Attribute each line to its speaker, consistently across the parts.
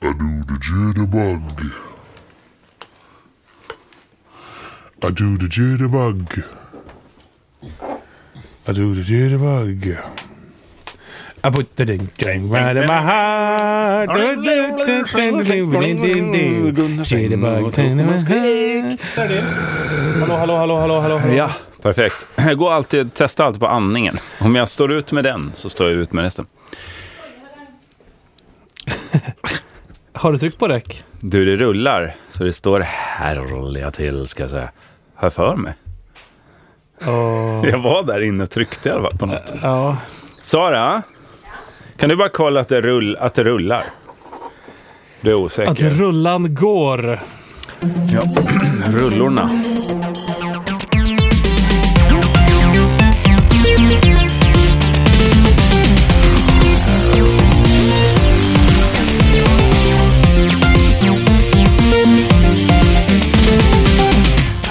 Speaker 1: I do the jitterbug. I do the jitterbug. I do the jitterbug. I put the ding ding right in my heart. Jitterbug.
Speaker 2: Hallå, hallå, hallå, hallå, hallå. hallå.
Speaker 3: Ja, perfekt. Jag går alltid, testar alltid på andningen. Om jag står ut med den så står jag ut med resten.
Speaker 2: Har du tryckt på räck?
Speaker 3: Du, det rullar så det står härliga till, ska jag säga. Har jag för mig?
Speaker 2: Åh,
Speaker 3: Jag var där inne och tryckte i alla fall på något.
Speaker 2: Ja.
Speaker 3: Sara, kan du bara kolla att det, rull, att det rullar? Du är osäker.
Speaker 2: Att rullan går.
Speaker 3: Ja. Rullorna.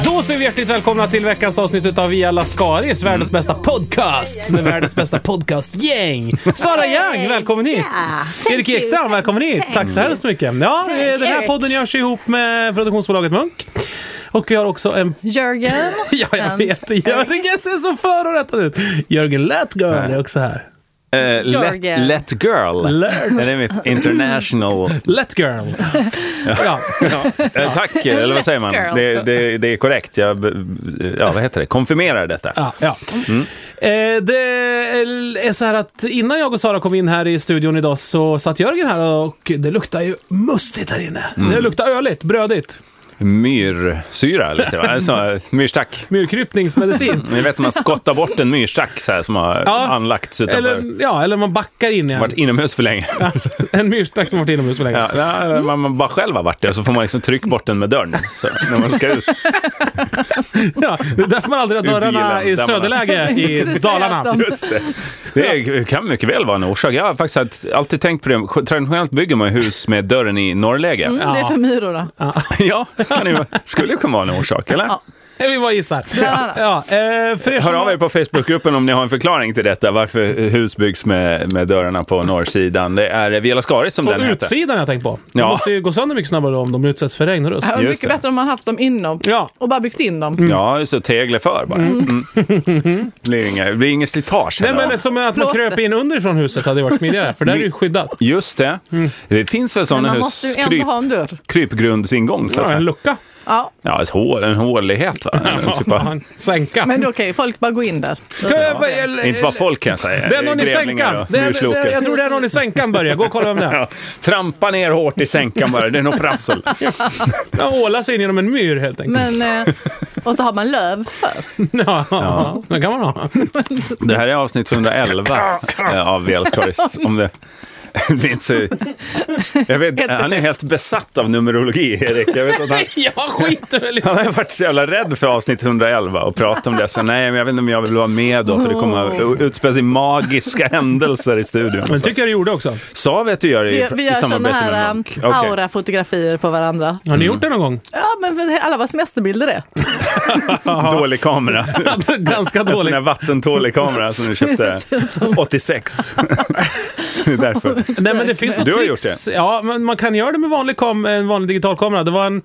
Speaker 2: Då säger vi hjärtligt välkomna till veckans avsnitt av Via Lascaris,
Speaker 4: Mm.
Speaker 2: världens bästa podcast med världens bästa podcastgäng. Sara Young, välkommen hit!
Speaker 4: Ja,
Speaker 2: Erik
Speaker 4: thank you.
Speaker 2: Ekstrand, välkommen hit!
Speaker 4: Tack.
Speaker 2: Tack så hemskt mycket. Ja,
Speaker 4: Tack,
Speaker 2: eh, den här
Speaker 4: Erik.
Speaker 2: podden görs ihop med produktionsbolaget Munk. Och vi har också en...
Speaker 4: Jörgen. Mm,
Speaker 2: Ja, jag
Speaker 4: Den-
Speaker 2: vet. Jörgen ser så förorättad ut. Jörgen Lätgard är också här.
Speaker 3: Eh, let,
Speaker 4: Jörgen.
Speaker 3: let girl.
Speaker 2: Let.
Speaker 3: Det är mitt international...
Speaker 2: Lätgirl. Ja.
Speaker 3: Eh, tack, eller vad säger man?
Speaker 4: Let girl.
Speaker 3: Det, det, det är korrekt. Jag, be- ja, vad heter det? Konfirmerar detta.
Speaker 2: Ja, ja.
Speaker 3: Mm.
Speaker 2: Eh, det är så här att innan jag och Sara kom in här i studion idag så satt Jörgen här och det luktar ju mustigt här inne.
Speaker 3: Mm.
Speaker 2: Det luktar öligt, brödigt.
Speaker 3: Myrsyra, lite va? Alltså, myrstack.
Speaker 2: Myrkrypningsmedicin.
Speaker 3: Ni vet när man skottar bort en myrstack så här, som har
Speaker 2: Ja.
Speaker 3: anlagts utanför.
Speaker 2: eller, ja, eller man backar in i en,
Speaker 3: Varit inomhus för länge.
Speaker 2: en myrstack som varit inomhus för länge.
Speaker 3: Ja, ja, man, man bara själv har varit det, så får man liksom trycka bort den med dörren. Så, när man ska ut.
Speaker 2: Ja, det är därför man aldrig har
Speaker 3: Ur
Speaker 2: dörrarna
Speaker 3: bilen,
Speaker 2: i
Speaker 3: där man-
Speaker 2: söderläge i
Speaker 4: Precis, att
Speaker 2: Dalarna.
Speaker 4: de-
Speaker 3: Just det. Det är- kan mycket väl vara en orsak. Jag har faktiskt haft- alltid tänkt på det. Traditionellt bygger man ju hus med dörren i norrläge.
Speaker 2: Ja.
Speaker 4: Det är för myrorna.
Speaker 3: Ja, kan det ju vara. skulle ju kunna vara en orsak, eller?
Speaker 4: Ja.
Speaker 2: Vi bara gissar.
Speaker 4: Bland annat.
Speaker 2: Ja, eh, för er som
Speaker 3: Hör av er på Facebookgruppen om ni har en förklaring till detta, varför hus byggs med, med dörrarna på norrsidan. Det är Viola Skaris som den
Speaker 2: Och
Speaker 3: heter.
Speaker 2: utsidan har jag tänkt på. De
Speaker 3: Ja.
Speaker 2: måste ju gå sönder mycket snabbare om de utsätts för regn och rusk.
Speaker 4: Det var
Speaker 3: Just
Speaker 4: mycket
Speaker 3: det.
Speaker 4: bättre om man haft dem inom
Speaker 2: Ja. Mm.
Speaker 4: och bara byggt in dem.
Speaker 3: Ja, just det. Tegler för bara. Mm. Det blir inget- det blir inget slitage.
Speaker 2: Nej
Speaker 3: heller, va?
Speaker 2: men alltså- som att man
Speaker 4: Plåter.
Speaker 2: kröp in underifrån huset hade ju varit smidigare, för där är det ju skyddat.
Speaker 3: Just det.
Speaker 2: Mm.
Speaker 3: Det finns väl
Speaker 4: Men
Speaker 3: sådana
Speaker 4: man måste ju
Speaker 3: hus,
Speaker 4: ändå
Speaker 3: kryp,
Speaker 4: ha en dörr.
Speaker 3: krypgrundsingång så att
Speaker 2: Ja, en
Speaker 3: säga.
Speaker 2: lucka.
Speaker 4: Ja,
Speaker 3: Ja, ett hål, en hålighet va? En typ av...
Speaker 2: En sänka.
Speaker 4: men då kan ju folk bara gå in där.
Speaker 2: Kö- eller-
Speaker 3: Inte bara folk kan jag säga.
Speaker 2: Det är någon i
Speaker 3: Grävlingar
Speaker 2: sänkan.
Speaker 3: och
Speaker 2: Det är, det
Speaker 3: myrslokar.
Speaker 2: är, jag tror det är någon i sänkan Börje. Gå och kolla vem det är.
Speaker 3: Ja, trampa ner hårt i sänkan bara, det är nog prassel.
Speaker 2: Han ålar sig in genom en myr helt enkelt.
Speaker 4: Men, eh, och så har man löv för.
Speaker 2: Ja, det kan man ha.
Speaker 3: Det här är avsnitt 111 eh, av Velkaris. Om det det blir inte så... Jag vet, han är helt besatt av numerologi, Erik. Jag vet att han...
Speaker 2: Jag skiter väl i
Speaker 3: Han har ju varit så jävla rädd för avsnitt 111 och pratat om det. Så nej, men jag vet inte om jag vill vara med då, för det kommer
Speaker 4: Oh.
Speaker 3: att utspela sig magiska händelser i studion.
Speaker 2: Men tycker jag det gjorde också.
Speaker 3: Sa vi att du gör det
Speaker 4: Vi,
Speaker 3: i,
Speaker 4: vi
Speaker 3: i
Speaker 4: gör sådana
Speaker 3: samarbete med
Speaker 4: här
Speaker 3: Munk?
Speaker 4: eh,
Speaker 3: Okej.
Speaker 4: aura-fotografier på varandra.
Speaker 2: Har ni
Speaker 3: Mm.
Speaker 2: gjort det någon gång?
Speaker 4: Ja, men för- alla var semesterbilder det.
Speaker 3: Dålig kamera.
Speaker 2: Ganska
Speaker 3: En sån
Speaker 2: dåligt.
Speaker 3: här vattentålig kamera som du köpte 86. det är därför.
Speaker 2: Nej men det finns något
Speaker 3: Du har
Speaker 2: tricks.
Speaker 3: gjort
Speaker 2: Ja, men man kan göra det med vanlig kom, en vanlig digitalkamera. Det var en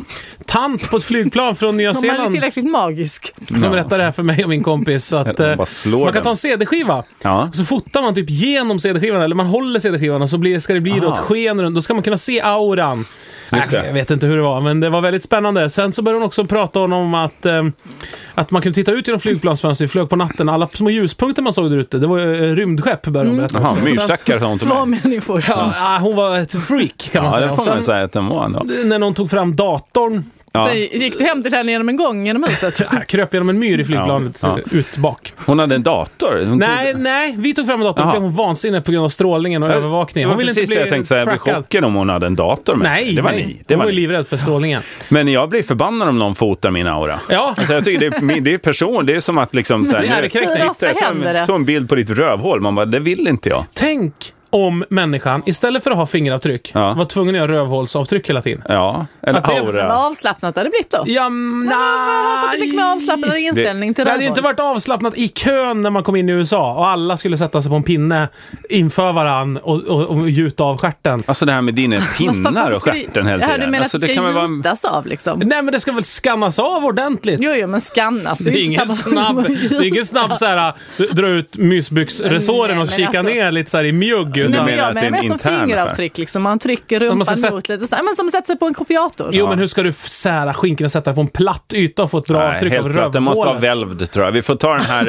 Speaker 2: tant på ett flygplan från Nya
Speaker 4: Om man är
Speaker 2: Zeeland
Speaker 4: tillräckligt magisk.
Speaker 2: som
Speaker 3: Ja.
Speaker 2: berättade det här för mig och min kompis. Att,
Speaker 3: Man
Speaker 2: eh,
Speaker 3: bara slår
Speaker 2: man kan
Speaker 3: den.
Speaker 2: ta en CD-skiva
Speaker 3: Ja.
Speaker 2: och så fotar man typ genom CD-skivan eller man håller CD-skivan och så blir, ska det bli då ett
Speaker 3: Aha.
Speaker 2: sken runt. Då ska man kunna se auran.
Speaker 3: Just
Speaker 2: Äh,
Speaker 3: det.
Speaker 2: jag vet inte hur det var, men det var väldigt spännande. Sen så började hon också prata om att, eh, att man kunde titta ut genom flygplansfönstret, flög på natten. Alla små ljuspunkter man såg där ute, det var eh, rymdskepp började hon berätta.
Speaker 3: Jaha,
Speaker 2: också.
Speaker 3: myrstackar sa hon till
Speaker 4: Alltså, Små
Speaker 3: mig.
Speaker 4: människor.
Speaker 2: Ja, ah, hon var ett freak kan man
Speaker 3: Ja,
Speaker 2: säga.
Speaker 3: det
Speaker 2: Och
Speaker 3: får man
Speaker 2: sen,
Speaker 3: ju säga att den var ändå.
Speaker 2: när någon tog fram datorn,
Speaker 3: Ja.
Speaker 4: Så gick du hem till henne genom en gång genom huset?
Speaker 2: äh, kröp genom en myr i flygplanet
Speaker 3: Ja,
Speaker 2: ut bak.
Speaker 3: Hon hade en dator. Hon
Speaker 2: Nej,
Speaker 3: tog...
Speaker 2: nej, vi tog fram en dator. Då
Speaker 3: Jaha.
Speaker 2: blev hon vansinnig på grund av strålningen och
Speaker 3: Det
Speaker 2: övervakningen.
Speaker 3: var
Speaker 2: Hon ville
Speaker 3: precis
Speaker 2: inte bli
Speaker 3: det jag tänkte säga. Jag blev
Speaker 2: trackad.
Speaker 3: chockad om hon hade en dator med sig.
Speaker 2: Nej,
Speaker 3: det var
Speaker 2: nej.
Speaker 3: ni. Det
Speaker 2: hon
Speaker 3: var
Speaker 2: var
Speaker 3: ni.
Speaker 2: ju livrädd för strålningen.
Speaker 3: Men jag blir förbannad om någon fotar min aura.
Speaker 2: Ja,
Speaker 3: Alltså jag tycker det är, min- det är person, det är som att liksom så här,
Speaker 2: Det är
Speaker 3: nu-
Speaker 2: ärekränkning.
Speaker 4: Hur ofta
Speaker 3: jag tog,
Speaker 4: händer
Speaker 3: en,
Speaker 4: det?
Speaker 3: tog en bild på ditt rövhål, man bara det vill inte jag.
Speaker 2: tänk om människan, istället för att ha fingeravtryck,
Speaker 3: Ja.
Speaker 2: var tvungen att göra rövhålsavtryck hela tiden.
Speaker 3: Ja, eller
Speaker 2: Att det-
Speaker 3: aura.
Speaker 4: Vad avslappnat det hade blivit då.
Speaker 2: Ja, men,
Speaker 4: Man fick mycket mer avslappnad inställning till
Speaker 2: Det hade ju inte
Speaker 4: rövhål.
Speaker 2: varit avslappnat i kön när man kom in i USA och alla skulle sätta sig på en pinne inför varann och, och, och gjuta av stjärten.
Speaker 3: Alltså det här med dina
Speaker 4: Vad fan
Speaker 3: pinnar och
Speaker 4: ska det-
Speaker 3: stjärten hela
Speaker 4: Ja, du
Speaker 3: tiden.
Speaker 4: menar
Speaker 3: Alltså,
Speaker 4: att det
Speaker 3: det
Speaker 4: ska
Speaker 3: kan väl vara... en-
Speaker 4: gjutas av liksom?
Speaker 2: Nej, men det ska väl skannas av ordentligt?
Speaker 4: Jo, jo, men skannas.
Speaker 2: Det är
Speaker 4: ju
Speaker 2: ingen
Speaker 4: inte samma sak som
Speaker 2: snabb,
Speaker 4: att
Speaker 2: det är ingen
Speaker 4: gjuta.
Speaker 2: snabb så här, dra ut mysbyxresåren
Speaker 4: Nej,
Speaker 2: och
Speaker 4: men
Speaker 2: kika
Speaker 4: alltså-
Speaker 2: ner lite så här i mjugg.
Speaker 3: Du
Speaker 2: Utan,
Speaker 4: Nej, men
Speaker 3: menar att
Speaker 4: jag
Speaker 3: det är
Speaker 4: menar
Speaker 3: en
Speaker 4: mest som
Speaker 3: intern affär?
Speaker 4: fingeravtryck, liksom. man trycker rumpan
Speaker 2: måste sätta-
Speaker 4: mot lite så här, men som att sätta sig på en kopiator.
Speaker 2: jo, men hur ska du sära skinkorna och sätta det på en platt yta och få ett bra
Speaker 3: Nej,
Speaker 2: avtryck av
Speaker 3: helt klart. Den måste vara
Speaker 2: rövhålet?
Speaker 3: välvd tror jag. Vi får ta den här,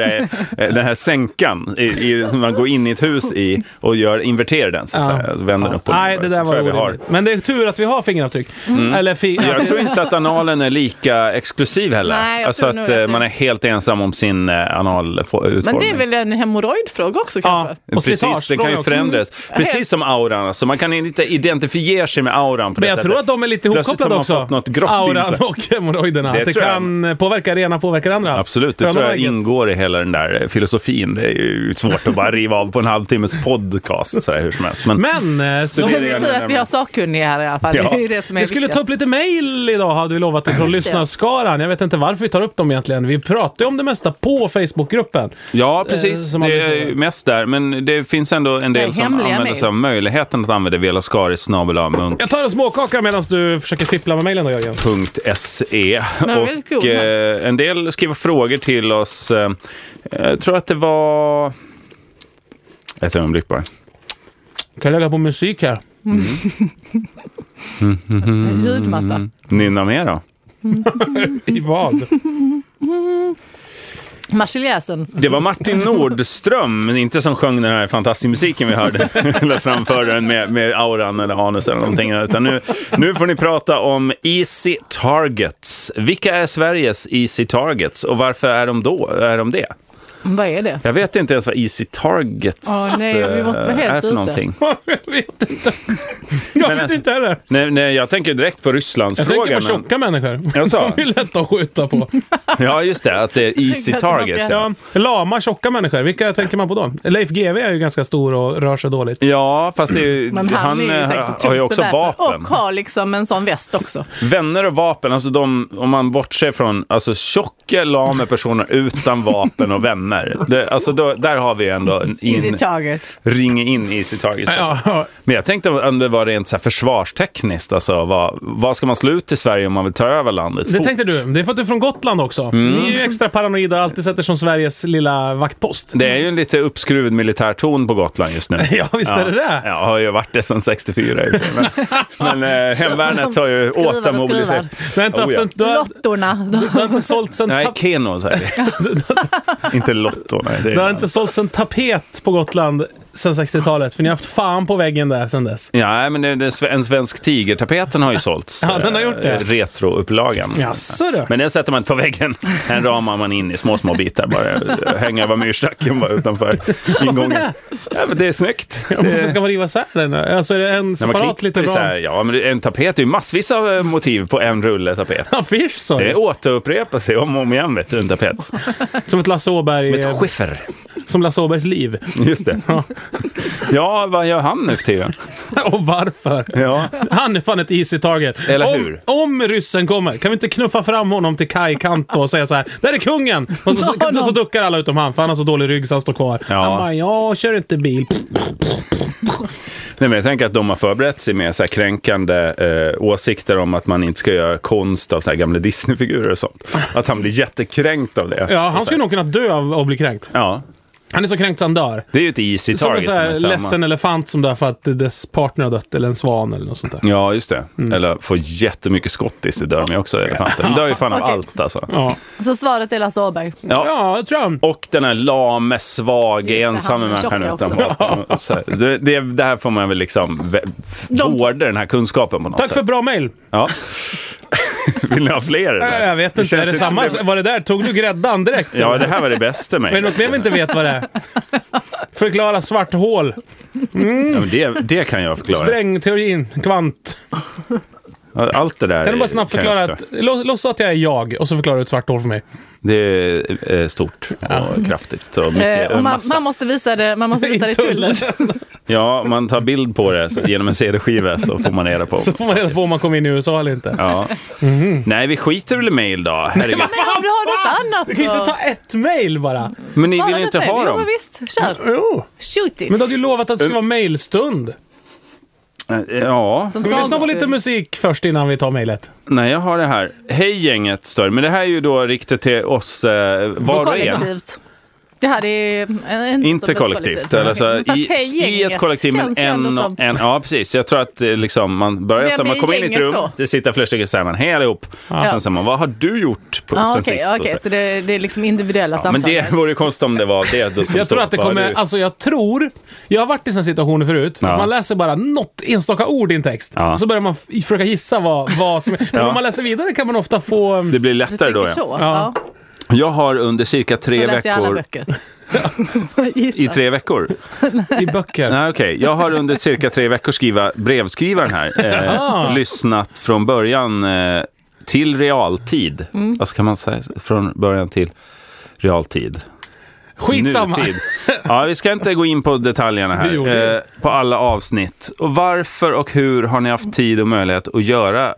Speaker 3: eh, eh, den här sänkan i, i, som man går in i ett hus i och gör, inverterar den så att
Speaker 2: Ja.
Speaker 3: säga. Vänder upp och
Speaker 2: Nej,
Speaker 3: ner.
Speaker 2: det
Speaker 3: Så
Speaker 2: där
Speaker 3: tror
Speaker 2: var
Speaker 3: jag vi har.
Speaker 2: orimligt. Men det är tur att vi har fingeravtryck.
Speaker 4: Mm.
Speaker 2: Eller fi-
Speaker 3: Jag tror inte att analen är lika exklusiv heller.
Speaker 4: Nej, jag
Speaker 3: alltså
Speaker 4: tror
Speaker 3: att
Speaker 4: nog
Speaker 3: eh,
Speaker 4: att det-
Speaker 3: man är helt ensam om sin eh, analutformning.
Speaker 4: Men det är väl en hemorrojdfråga också kanske?
Speaker 2: Ja. Och
Speaker 3: Precis, den kan ju
Speaker 2: slitagefråga också.
Speaker 3: förändras.
Speaker 4: Mm.
Speaker 3: Precis som auran, alltså, man kan inte identifiera sig med auran på det
Speaker 2: Men jag
Speaker 3: sättet.
Speaker 2: tror att de är lite
Speaker 3: Plötsligt
Speaker 2: ihopkopplade
Speaker 3: har man
Speaker 2: också.
Speaker 3: fått något grått i
Speaker 2: Auran
Speaker 3: sig.
Speaker 2: och hemorrojderna.
Speaker 3: Det
Speaker 2: Att det
Speaker 3: tror jag.
Speaker 2: kan eh, påverka det ena, påverka det andra.
Speaker 3: Absolut, det
Speaker 2: För
Speaker 3: tror jag
Speaker 2: ögonblicket.
Speaker 3: ingår i hela den där eh, filosofin. Det är ju svårt att bara riva av på en halvtimmes podcast så här, hur som helst. Men,
Speaker 2: Men eh,
Speaker 3: Det
Speaker 2: så,
Speaker 3: blir
Speaker 4: Men det är tur att vi har sakkunniga här i alla fall.
Speaker 3: Ja.
Speaker 4: Det är ju det som är
Speaker 2: vi skulle
Speaker 4: viktigt.
Speaker 2: ta upp lite mail idag hade vi lovat från lyssnarskaran. Jag vet inte varför vi tar upp dem egentligen. Vi pratar ju om det mesta på Facebookgruppen.
Speaker 3: ja,
Speaker 2: Eh,
Speaker 3: precis.
Speaker 2: som
Speaker 3: det
Speaker 2: Anders
Speaker 3: är
Speaker 2: säger.
Speaker 3: ju mest där. Men det finns ändå en
Speaker 4: Det är
Speaker 3: del som
Speaker 4: hemliga
Speaker 3: använder
Speaker 4: mejl.
Speaker 3: sig av möjligheten att använda Velascaris snabel
Speaker 2: Jag tar en småkaka medan du försöker fippla med mailen då Jörgen.
Speaker 3: .se.
Speaker 4: Men vad väldigt god.
Speaker 3: Och eh, en del skriver frågor till oss. Eh, jag tror att det var... Ett ögonblick bara.
Speaker 2: Kan jag lägga på musik här?
Speaker 4: Ljudmatta.
Speaker 3: Mm. Nynna med då.
Speaker 2: I vad?
Speaker 4: Marseljäsen.
Speaker 3: Det var Martin Nordström, men inte som sjöng den här fantastiska musiken vi hörde. eller framförde den med, med auran eller anus eller någonting. Utan nu, nu får ni prata om Easy Targets. Vilka är Sveriges Easy Targets och varför är de då? Är de det?
Speaker 4: Vad är det?
Speaker 3: Jag vet inte ens vad Easy Targets
Speaker 4: Åh, nej, vi måste vara
Speaker 3: eh,
Speaker 4: helt
Speaker 3: är för
Speaker 4: ute.
Speaker 3: någonting.
Speaker 2: jag vet inte. Jag
Speaker 3: Men
Speaker 2: vet
Speaker 3: alltså-
Speaker 2: inte heller.
Speaker 3: Nej, nej, jag tänker direkt på
Speaker 2: Jag tänker
Speaker 3: Rysslandsfrågan.
Speaker 2: på tjocka människor.
Speaker 3: Jag sa.
Speaker 2: De är lätta att skjuta på.
Speaker 3: men, ja, just det. Att det är easy
Speaker 4: Jag tänkte att man
Speaker 3: target.
Speaker 4: ska-
Speaker 3: Ja.
Speaker 2: Ja, lama tjocka människor. Vilka tänker man på då? Leif GW är ju ganska stor och rör sig dåligt.
Speaker 3: ja, fast det är ju,
Speaker 4: Men han, är ju
Speaker 3: eh,
Speaker 4: säkert
Speaker 3: har ju också
Speaker 4: beväpnad
Speaker 3: vapen.
Speaker 4: Och har liksom en sån väst också.
Speaker 3: Vänner och vapen, alltså de, om man bortser från alltså tjocka, lame personer utan vapen och vänner. Det, alltså då, där har vi ändå en in,
Speaker 4: target.
Speaker 3: ring in easy target.
Speaker 2: Ja,
Speaker 3: Men jag tänkte om det var rent så här försvarstekniskt, alltså vad, vad ska man slå ut i Sverige om man vill ta över landet?
Speaker 2: det
Speaker 3: Fort.
Speaker 2: tänkte du. Det är för att du är från Gotland också. Ni är ju extra paranoida och alltid sätter som Sveriges lilla vaktpost.
Speaker 3: Det är ju en lite uppskruvad militär ton på Gotland just nu.
Speaker 2: Ja, visst är det det.
Speaker 3: Ja, har ju varit det sedan 64. i och för sig, Men, men eh, hemvärnet har ju
Speaker 4: Skruvar och
Speaker 3: åter mobiliserat.
Speaker 2: Du har inte
Speaker 3: Oh,
Speaker 2: haft
Speaker 3: ja.
Speaker 2: en... Du har,
Speaker 4: Lottorna.
Speaker 2: du har inte sålt sen
Speaker 3: Nej,
Speaker 2: tap,
Speaker 3: Keno säger vi. Inte Lotto, nej. Det är
Speaker 2: du har inte sålts en tapet på Gotland sen 60-talet, för ni har haft fan på väggen där sen dess.
Speaker 3: Ja, men det, det, en svensk tiger-tapeten har ju sålts.
Speaker 2: Ja, den har gjort det.
Speaker 3: Eh, Retroupplagan.
Speaker 2: Jaså du?
Speaker 3: Men den sätter man inte på väggen. Den ramar man in i små, små bitar. Bara hänga över myrstacken bara utanför ingången. Ja, men det är snyggt.
Speaker 2: Varför ska man riva isär den? Alltså är det en
Speaker 3: När man
Speaker 2: separat
Speaker 3: klipper
Speaker 2: liten
Speaker 3: så här,
Speaker 2: ram?
Speaker 3: ja, men en tapet är ju massvis av eh, motiv på en rulle tapet.
Speaker 2: Affisch sa
Speaker 3: Det
Speaker 2: du?
Speaker 3: återupprepar sig om och om igen, vet du, en tapet.
Speaker 2: Som ett Lasse Åberg...
Speaker 3: Som ett skiffer.
Speaker 2: som Lasse Åbergs liv.
Speaker 3: Just det. Ja, vad gör han nu för tiden?
Speaker 2: Och varför?
Speaker 3: Ja.
Speaker 2: Han är fan ett easy target.
Speaker 3: Eller
Speaker 2: om,
Speaker 3: hur?
Speaker 2: om ryssen kommer, kan vi inte knuffa fram honom till kajkant och säga så här, där är kungen! Och så,
Speaker 4: Ta
Speaker 2: så,
Speaker 4: honom.
Speaker 2: så duckar alla utom han, för han har så dålig rygg så han står kvar.
Speaker 3: Ja.
Speaker 2: Han bara, jag kör inte bil.
Speaker 3: Nej, men jag tänker att de har förberett sig med så här kränkande eh, åsikter om att man inte ska göra konst av så här gamla Disney-figurer och sånt. Att han blir jättekränkt av det.
Speaker 2: Ja,
Speaker 3: Och så
Speaker 2: han skulle
Speaker 3: här-
Speaker 2: nog kunna dö av att bli kränkt.
Speaker 3: Ja,
Speaker 2: Han är så kränkt så han dör.
Speaker 3: det är ju ett easy
Speaker 2: Som en
Speaker 3: target.
Speaker 2: så
Speaker 3: men
Speaker 2: här
Speaker 3: samma-
Speaker 2: ledsen elefant som dör för att dess partner har dött, eller en svan eller något sånt där.
Speaker 3: Ja, just det.
Speaker 2: Mm.
Speaker 3: Eller får jättemycket skottis, det dör de ju också, elefanter. De dör ju fan av
Speaker 4: Okej.
Speaker 3: allt alltså.
Speaker 2: Ja,
Speaker 4: Så svaret är Lasse Åberg.
Speaker 3: Ja.
Speaker 2: ja jag tror han.
Speaker 3: Och den här lame, svage,
Speaker 4: Just det,
Speaker 3: ensamme
Speaker 4: han är
Speaker 3: människan
Speaker 4: tjock
Speaker 3: utan
Speaker 4: också.
Speaker 3: vapen. Så här, Det, det, det här får man väl liksom vä- f-
Speaker 4: De-
Speaker 3: vårda den här kunskapen på något
Speaker 2: Tack
Speaker 3: sätt.
Speaker 2: för bra mail.
Speaker 3: Ja. Vill ni ha fler? eller?
Speaker 2: Jag vet inte,
Speaker 3: känns
Speaker 2: är det
Speaker 3: inte som
Speaker 2: samma? Var det där? Tog du gräddan direkt?
Speaker 3: Ja, det här var det bästa
Speaker 2: Men
Speaker 3: mig.
Speaker 2: något mer vi inte vet vad det är? Förklara svart hål.
Speaker 3: Ja, men det, det kan jag förklara.
Speaker 2: Strängteorin, kvant.
Speaker 3: Allt det där
Speaker 2: Kan du
Speaker 3: är-
Speaker 2: bara snabbt
Speaker 3: jag
Speaker 2: förklara?
Speaker 3: förklara.
Speaker 2: Att, lå- låtsas att jag är jag och så förklarar du ett svart hål för mig.
Speaker 3: Det är eh, stort och kraftigt och mycket.
Speaker 4: Eh, och man,
Speaker 3: massa.
Speaker 4: man måste visa det, man måste
Speaker 2: I
Speaker 4: visa det i tullen.
Speaker 3: Ja, om man tar bild på det så- genom en CD-skiva så får man reda på.
Speaker 2: Så får man reda på om man kommer in i USA eller inte.
Speaker 3: Ja. Nej, vi skiter väl i mail då. Herregud.
Speaker 4: Men om du har något annat
Speaker 2: Du kan inte ta ett mail bara.
Speaker 3: Men ni vill
Speaker 4: Svara
Speaker 3: inte
Speaker 4: på
Speaker 3: ha
Speaker 4: det. Jo, men
Speaker 3: dem. Mm.
Speaker 4: visst. Kör.
Speaker 2: Jo.
Speaker 4: Shoot it.
Speaker 2: Men du hade ju lovat att det skulle vara mailstund.
Speaker 3: Eh, Ja,
Speaker 4: Som
Speaker 2: Ska vi lyssna på
Speaker 4: sagostund.
Speaker 2: lite musik först innan vi tar mailet?
Speaker 3: nej jag har det här. Hej gänget stör. Men det här är ju då riktat till oss eh, var och en.
Speaker 4: Kollektivt. Det här är eh, inte, som
Speaker 3: Inte
Speaker 4: ett
Speaker 3: kollektivt. Eller så,
Speaker 4: Men fast
Speaker 3: i,
Speaker 4: hej,
Speaker 3: I ett
Speaker 4: gänget
Speaker 3: kollektiv, men
Speaker 4: känns ju ändå
Speaker 3: en
Speaker 4: som-
Speaker 3: och en. Ja, precis. Jag tror att det är liksom, man börjar
Speaker 4: Vem
Speaker 3: så här, man
Speaker 4: är
Speaker 3: kommer in i ett
Speaker 4: gänget
Speaker 3: rum,
Speaker 4: då?
Speaker 3: det sitter flera stycken, så säger man hej allihop. Sen säger man, vad har du gjort på,
Speaker 4: Ja,
Speaker 3: sen
Speaker 4: okej,
Speaker 3: sist?
Speaker 4: ja,
Speaker 3: Och
Speaker 4: okej,
Speaker 3: så-
Speaker 4: så det, det är liksom individuella
Speaker 3: Ja,
Speaker 4: samtal.
Speaker 3: men det vore ju konstigt om det var det. Då som
Speaker 2: Jag tror
Speaker 3: står
Speaker 2: att det
Speaker 3: på.
Speaker 2: kommer,
Speaker 3: Du-
Speaker 2: alltså jag tror, jag har varit i sådana situationer förut,
Speaker 3: Ja.
Speaker 2: att man läser bara något enstaka ord i en text.
Speaker 3: Ja.
Speaker 2: Och så börjar man f- försöka gissa vad, vad som är. Men
Speaker 3: Ja.
Speaker 2: om man läser vidare kan man ofta få... um,
Speaker 3: Det blir
Speaker 4: Du
Speaker 3: lättare
Speaker 4: tänker
Speaker 3: då. Ja.
Speaker 4: så?
Speaker 2: Ja.
Speaker 4: Ja.
Speaker 3: Jag har under cirka
Speaker 4: Så
Speaker 3: tre
Speaker 4: läser jag alla
Speaker 3: veckor...
Speaker 4: böcker.
Speaker 3: I
Speaker 4: Gissa.
Speaker 3: tre veckor?
Speaker 2: I böcker.
Speaker 3: Nej, okej. Jag har under cirka tre veckor skriva, brevskrivaren här eh, lyssnat från början eh, till realtid.
Speaker 4: Mm.
Speaker 3: Vad ska man säga? Från början till realtid.
Speaker 2: Skitsamma.
Speaker 3: Nutid. Ja, vi ska inte gå in på detaljerna
Speaker 2: Vi gjorde
Speaker 3: här.
Speaker 2: det.
Speaker 3: Eh, på alla avsnitt. Och varför och hur har ni haft tid och möjlighet att göra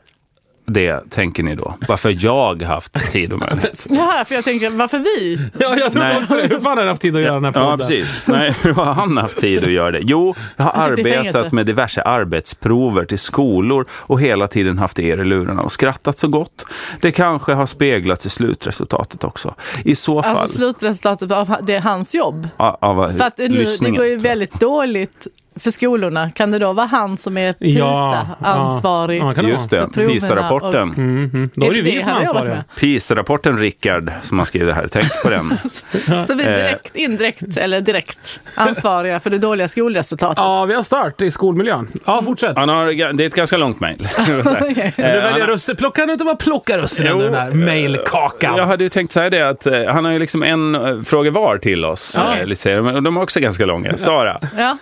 Speaker 3: det, tänker ni då? Varför jag haft tid och möjlighet?
Speaker 4: Jaha, för jag tänker, varför vi?
Speaker 2: Ja, jag trodde
Speaker 3: Nej.
Speaker 2: också det. Hur fan har jag haft tid att göra den här podden?
Speaker 3: Ja, precis. Nej, hur har han haft tid att göra det? Jo, jag har
Speaker 4: Han sitter i
Speaker 3: arbetat
Speaker 4: fängelse.
Speaker 3: med diverse arbetsprover till skolor och hela tiden haft er i lurarna och skrattat så gott. Det kanske har speglats i slutresultatet också. I så fall...
Speaker 4: Alltså slutresultatet av det är hans jobb.
Speaker 3: a- av
Speaker 4: För att nu, det
Speaker 3: lyssningen.
Speaker 4: går ju väldigt dåligt för skolorna. Kan det då vara han som är
Speaker 2: Ja,
Speaker 4: PISA-ansvarig?
Speaker 2: ja. Ja, kan det
Speaker 3: Just
Speaker 2: vara.
Speaker 3: det,
Speaker 4: För proverna
Speaker 3: PISA-rapporten.
Speaker 2: Då är det ju vi
Speaker 4: Det
Speaker 2: som är
Speaker 4: hade jag varit
Speaker 2: ansvariga.
Speaker 4: med.
Speaker 3: PISA-rapporten, Rickard, som har skrivit det här. Tänk på den.
Speaker 4: Så vi är direkt, indirekt eller direkt ansvariga för det dåliga skolresultatet.
Speaker 2: Ja, vi har stört i skolmiljön. Ja, fortsätt.
Speaker 3: Han har, det är ett ganska långt mejl.
Speaker 4: Okej.
Speaker 2: Du väljer russin. Plocka nu inte bara plocka russinen
Speaker 3: Eh, Jo, eh,
Speaker 2: ur den här mailkakan.
Speaker 3: Jag hade ju tänkt säga det att eh, han har ju liksom en eh, fråga var till oss.
Speaker 4: Ja.
Speaker 3: eh, lite senare, men De är också ganska långa. Sara,
Speaker 4: Ja.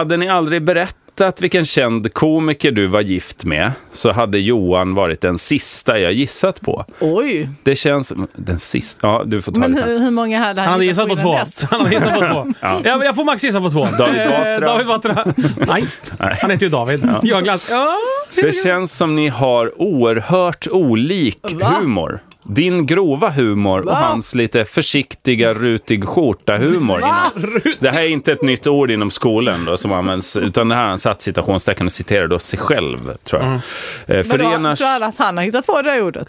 Speaker 3: hade ni aldrig berättat vilken känd komiker du var gift med så hade Johan varit den sista jag gissat på.
Speaker 4: Oj,
Speaker 3: Det känns... Den sista? Ja, du får ta
Speaker 4: men
Speaker 3: det sen.
Speaker 4: hur, hur många hade han,
Speaker 2: Han hade gissat på
Speaker 4: innan
Speaker 2: två.
Speaker 4: dess?
Speaker 2: Han hade gissat på två. jag, jag får max gissa på två.
Speaker 3: David
Speaker 2: Eh,
Speaker 3: Batra.
Speaker 2: David Batra. Nej, han heter ju David. Johan Glans. Ja,
Speaker 3: Det känns som ni har oerhört olik
Speaker 4: Va?
Speaker 3: humor. Din grova humor och hans lite försiktiga rutig skjorta-humor. inom- Det här är inte ett nytt ord inom skolan då, som används, utan det här har han satt citationstecken och citerar då sig själv, tror jag. Eh,
Speaker 4: Men då,
Speaker 3: förenar...
Speaker 4: Mm. Tror alla att han har hittat på det ordet?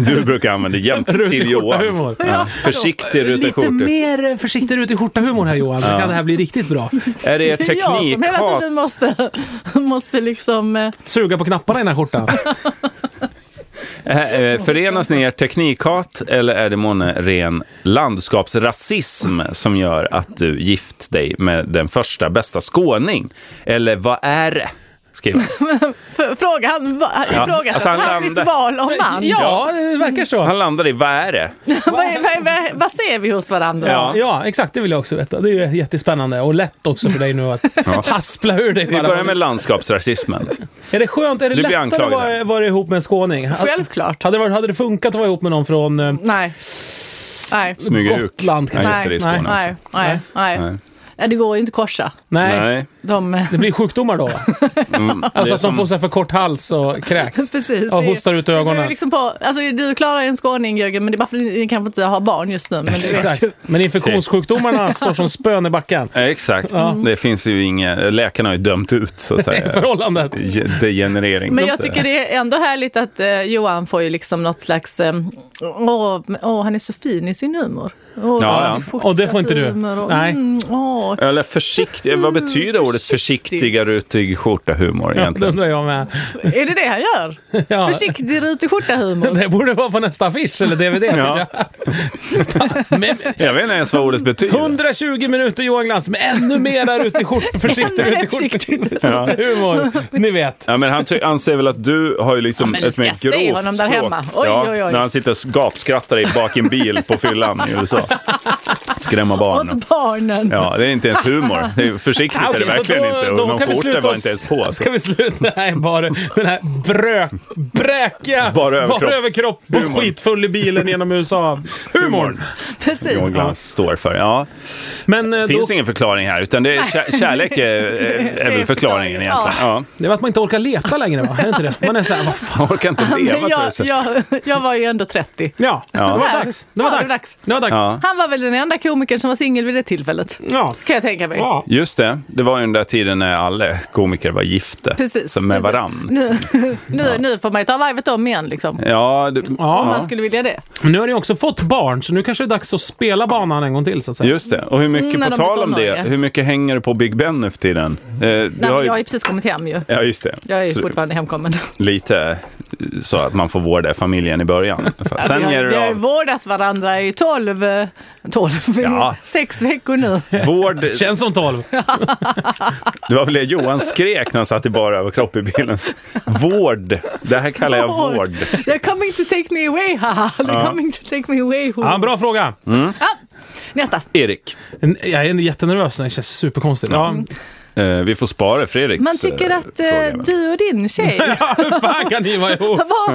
Speaker 3: Du brukar använda det jämt
Speaker 2: Rutig
Speaker 3: till Johan.
Speaker 2: skjorta-humor.
Speaker 3: Ja. Försiktig rutig
Speaker 2: Lite
Speaker 3: skjorta.
Speaker 2: mer eh, försiktig ut i skjorta-humor här Johan. Då kan det här bli riktigt bra.
Speaker 3: Är det er
Speaker 4: Jag som hela
Speaker 3: teknikhat?
Speaker 4: tiden måste, måste liksom... eh,
Speaker 2: Suga på knapparna i den här skjortan.
Speaker 3: Eh, eh, Förenas ni i er teknikhat eller är det månne ren landskapsrasism som gör att du gift dig med den första bästa skåning? Eller vad är det? Skriv.
Speaker 4: F- Fråga han, va-
Speaker 3: Ja,
Speaker 4: ifrågasätter
Speaker 3: alltså han
Speaker 4: han,
Speaker 3: landar-
Speaker 4: mitt val av man?
Speaker 2: Ja, det verkar så.
Speaker 3: Han landade i vad är det?
Speaker 4: vad, är- vad, är- vad, är- vad ser vi hos varandra?
Speaker 3: Ja.
Speaker 2: Ja, exakt. Det vill jag också veta. Det är ju jättespännande och lätt också för dig nu att haspla ur dig. på
Speaker 3: Vi
Speaker 2: alla
Speaker 3: börjar
Speaker 2: håll.
Speaker 3: med landskapsrasismen.
Speaker 2: Är det skönt? Är det
Speaker 3: Du blir
Speaker 2: lättare att
Speaker 3: anklagad här.
Speaker 2: vara, vara ihop med en skåning? Ha-
Speaker 4: Självklart.
Speaker 2: Hade det, varit, hade det funkat att vara ihop med någon från eh,
Speaker 4: Nej. Nej.
Speaker 3: Smyger ut.
Speaker 2: Gotland?
Speaker 3: Nej,
Speaker 2: kanske?
Speaker 3: just det, det
Speaker 2: Nej,
Speaker 3: är Skåne. också.
Speaker 4: Nej, nej, nej.
Speaker 3: Nej.
Speaker 4: Ja, Det går ju inte att korsa.
Speaker 2: Nej.
Speaker 3: Nej. Mm,
Speaker 4: De,
Speaker 2: Det blir sjukdomar då va? Alltså
Speaker 3: är
Speaker 2: att de
Speaker 3: som-
Speaker 2: får så här för kort hals och kräks.
Speaker 4: precis.
Speaker 2: och
Speaker 4: det-
Speaker 2: hostar ut
Speaker 4: det går ju
Speaker 2: ögonen.
Speaker 4: liksom på, alltså, du klarar ju en skåning Jörgen, men det är bara för att ni ni kanske inte har barn just nu. Men du vet.
Speaker 2: Exakt. Men infektionssjukdomarna står som spön i backen.
Speaker 3: Eh, Exakt. Det finns ju inga... Läkarna har ju dömt ut, så att säga.
Speaker 2: Förhållandet.
Speaker 3: Ge- Degenerering.
Speaker 4: Men jag tycker det är ändå härligt att eh, Johan får ju liksom något slags, eh, åh, men- åh, han är så fin i sin humor. Åh,
Speaker 3: Ja, ja.
Speaker 4: vilken
Speaker 2: Och det får inte du.
Speaker 4: skjortahumor Och,
Speaker 2: Nej.
Speaker 4: Mm, åh,
Speaker 3: Eller försiktig... Vad betyder ordet
Speaker 4: Försiktig.
Speaker 3: försiktiga rutig skjorta-humor
Speaker 2: Det
Speaker 3: egentligen?
Speaker 2: undrar jag med.
Speaker 4: Är det det han gör?
Speaker 2: Ja.
Speaker 4: Försiktig rutig skjorta-humor.
Speaker 2: Det borde vara på nästa affisch eller DVD.
Speaker 3: Ja.
Speaker 2: Men,
Speaker 3: Jag vet inte ens vad ordet betyder.
Speaker 2: 120 minuter Johan Glans med ännu mera ut i skjortan. Försiktigt
Speaker 4: Ännu mer
Speaker 2: ut i
Speaker 4: försiktigt.
Speaker 2: skjortan. Humor. Ni vet.
Speaker 3: Ja, men han ty- anser väl att du har ju liksom
Speaker 4: Ja, men
Speaker 3: ett mer
Speaker 4: du
Speaker 3: grovt
Speaker 4: ska se honom där
Speaker 3: språk.
Speaker 4: hemma. Oj,
Speaker 3: ja,
Speaker 4: oj, oj.
Speaker 3: När han sitter och gapskrattar i bak i en bil på fyllan i USA. Skrämma barn.
Speaker 4: Åt barnen.
Speaker 3: Ja, det är inte ens humor. Det är försiktigt
Speaker 2: Ah,
Speaker 3: är
Speaker 2: okej,
Speaker 3: det
Speaker 2: så
Speaker 3: verkligen inte. Och någon på orten var inte ens på. Alltså.
Speaker 2: Ska vi sluta? Nej, bara den här brök, bräkiga,
Speaker 3: Bara överkropps-
Speaker 2: överkropp och
Speaker 3: humorn.
Speaker 2: skitfull i bilen genom USA. Humorn!
Speaker 4: Precis.
Speaker 3: Johan står för. Ja.
Speaker 2: Men eh,
Speaker 3: Det
Speaker 2: då,
Speaker 3: finns ingen förklaring här, utan det är kär, kärlek är, är, är väl förklaringen egentligen. Ja.
Speaker 2: det var att man inte orkar leta längre, va? Är det inte det? Man är såhär, vad fan?
Speaker 3: Man orkar inte leva
Speaker 4: Men
Speaker 3: tror
Speaker 4: jag,
Speaker 3: jag. så.
Speaker 4: jag, jag var ju ändå 30.
Speaker 2: Ja, det var dags. Det var
Speaker 4: Ja, det
Speaker 2: dags.
Speaker 4: var dags.
Speaker 2: Det var dags. Ja.
Speaker 3: Ja.
Speaker 4: Han var väl den enda komikern som var singel vid det tillfället.
Speaker 2: Ja.
Speaker 4: Kan jag tänka mig.
Speaker 3: Just det, det var ju den där tiden när alla komiker var gifta.
Speaker 4: Precis.
Speaker 3: som med
Speaker 4: precis.
Speaker 3: varann.
Speaker 4: Nu, nu, nu får man ju ta varvet om igen liksom.
Speaker 3: Ja, det,
Speaker 4: Om
Speaker 2: Ja.
Speaker 4: man skulle vilja det.
Speaker 2: Men nu har du också fått barn, så nu kanske det är dags att spela banan en gång till, så att säga.
Speaker 3: just det. Och hur mycket,
Speaker 4: Mm, när
Speaker 3: på
Speaker 4: de
Speaker 3: tal
Speaker 4: blir
Speaker 3: om det,
Speaker 4: tonåringar.
Speaker 3: hur mycket hänger du på Big Ben nu för tiden? Eh, du
Speaker 4: Nej,
Speaker 3: har
Speaker 4: men
Speaker 3: ju-
Speaker 4: jag har ju precis kommit hem ju.
Speaker 3: Ja, just det.
Speaker 4: Jag är ju
Speaker 3: Så
Speaker 4: fortfarande hemkommen.
Speaker 3: Lite så att man får vårda familjen i början. Sen
Speaker 4: vi
Speaker 3: ger
Speaker 4: har, vi
Speaker 3: du
Speaker 4: har ju
Speaker 3: av.
Speaker 4: vårdat varandra i 12, eh, 12
Speaker 3: Ja.
Speaker 4: sex veckor nu.
Speaker 3: Vård,
Speaker 2: Känns som 12.
Speaker 3: det var väl det Johan skrek när han satt i bara överkropp i bilen. Vård, det här kallar jag vård.
Speaker 4: They're coming to take me away, haha. They're coming to take me away.
Speaker 2: Ja, bra fråga.
Speaker 3: Mm.
Speaker 4: Ja. Nästa.
Speaker 3: Erik,
Speaker 2: En- Jag är jättenervös, det känns superkonstigt.
Speaker 3: Ja. eh, vi får spara Fredriks
Speaker 4: Man tycker
Speaker 3: eh,
Speaker 4: att
Speaker 3: fråga,
Speaker 4: eh,
Speaker 3: va?
Speaker 4: du och din tjej,
Speaker 2: Ja, hur fan kan ni vara ihop?
Speaker 4: vad,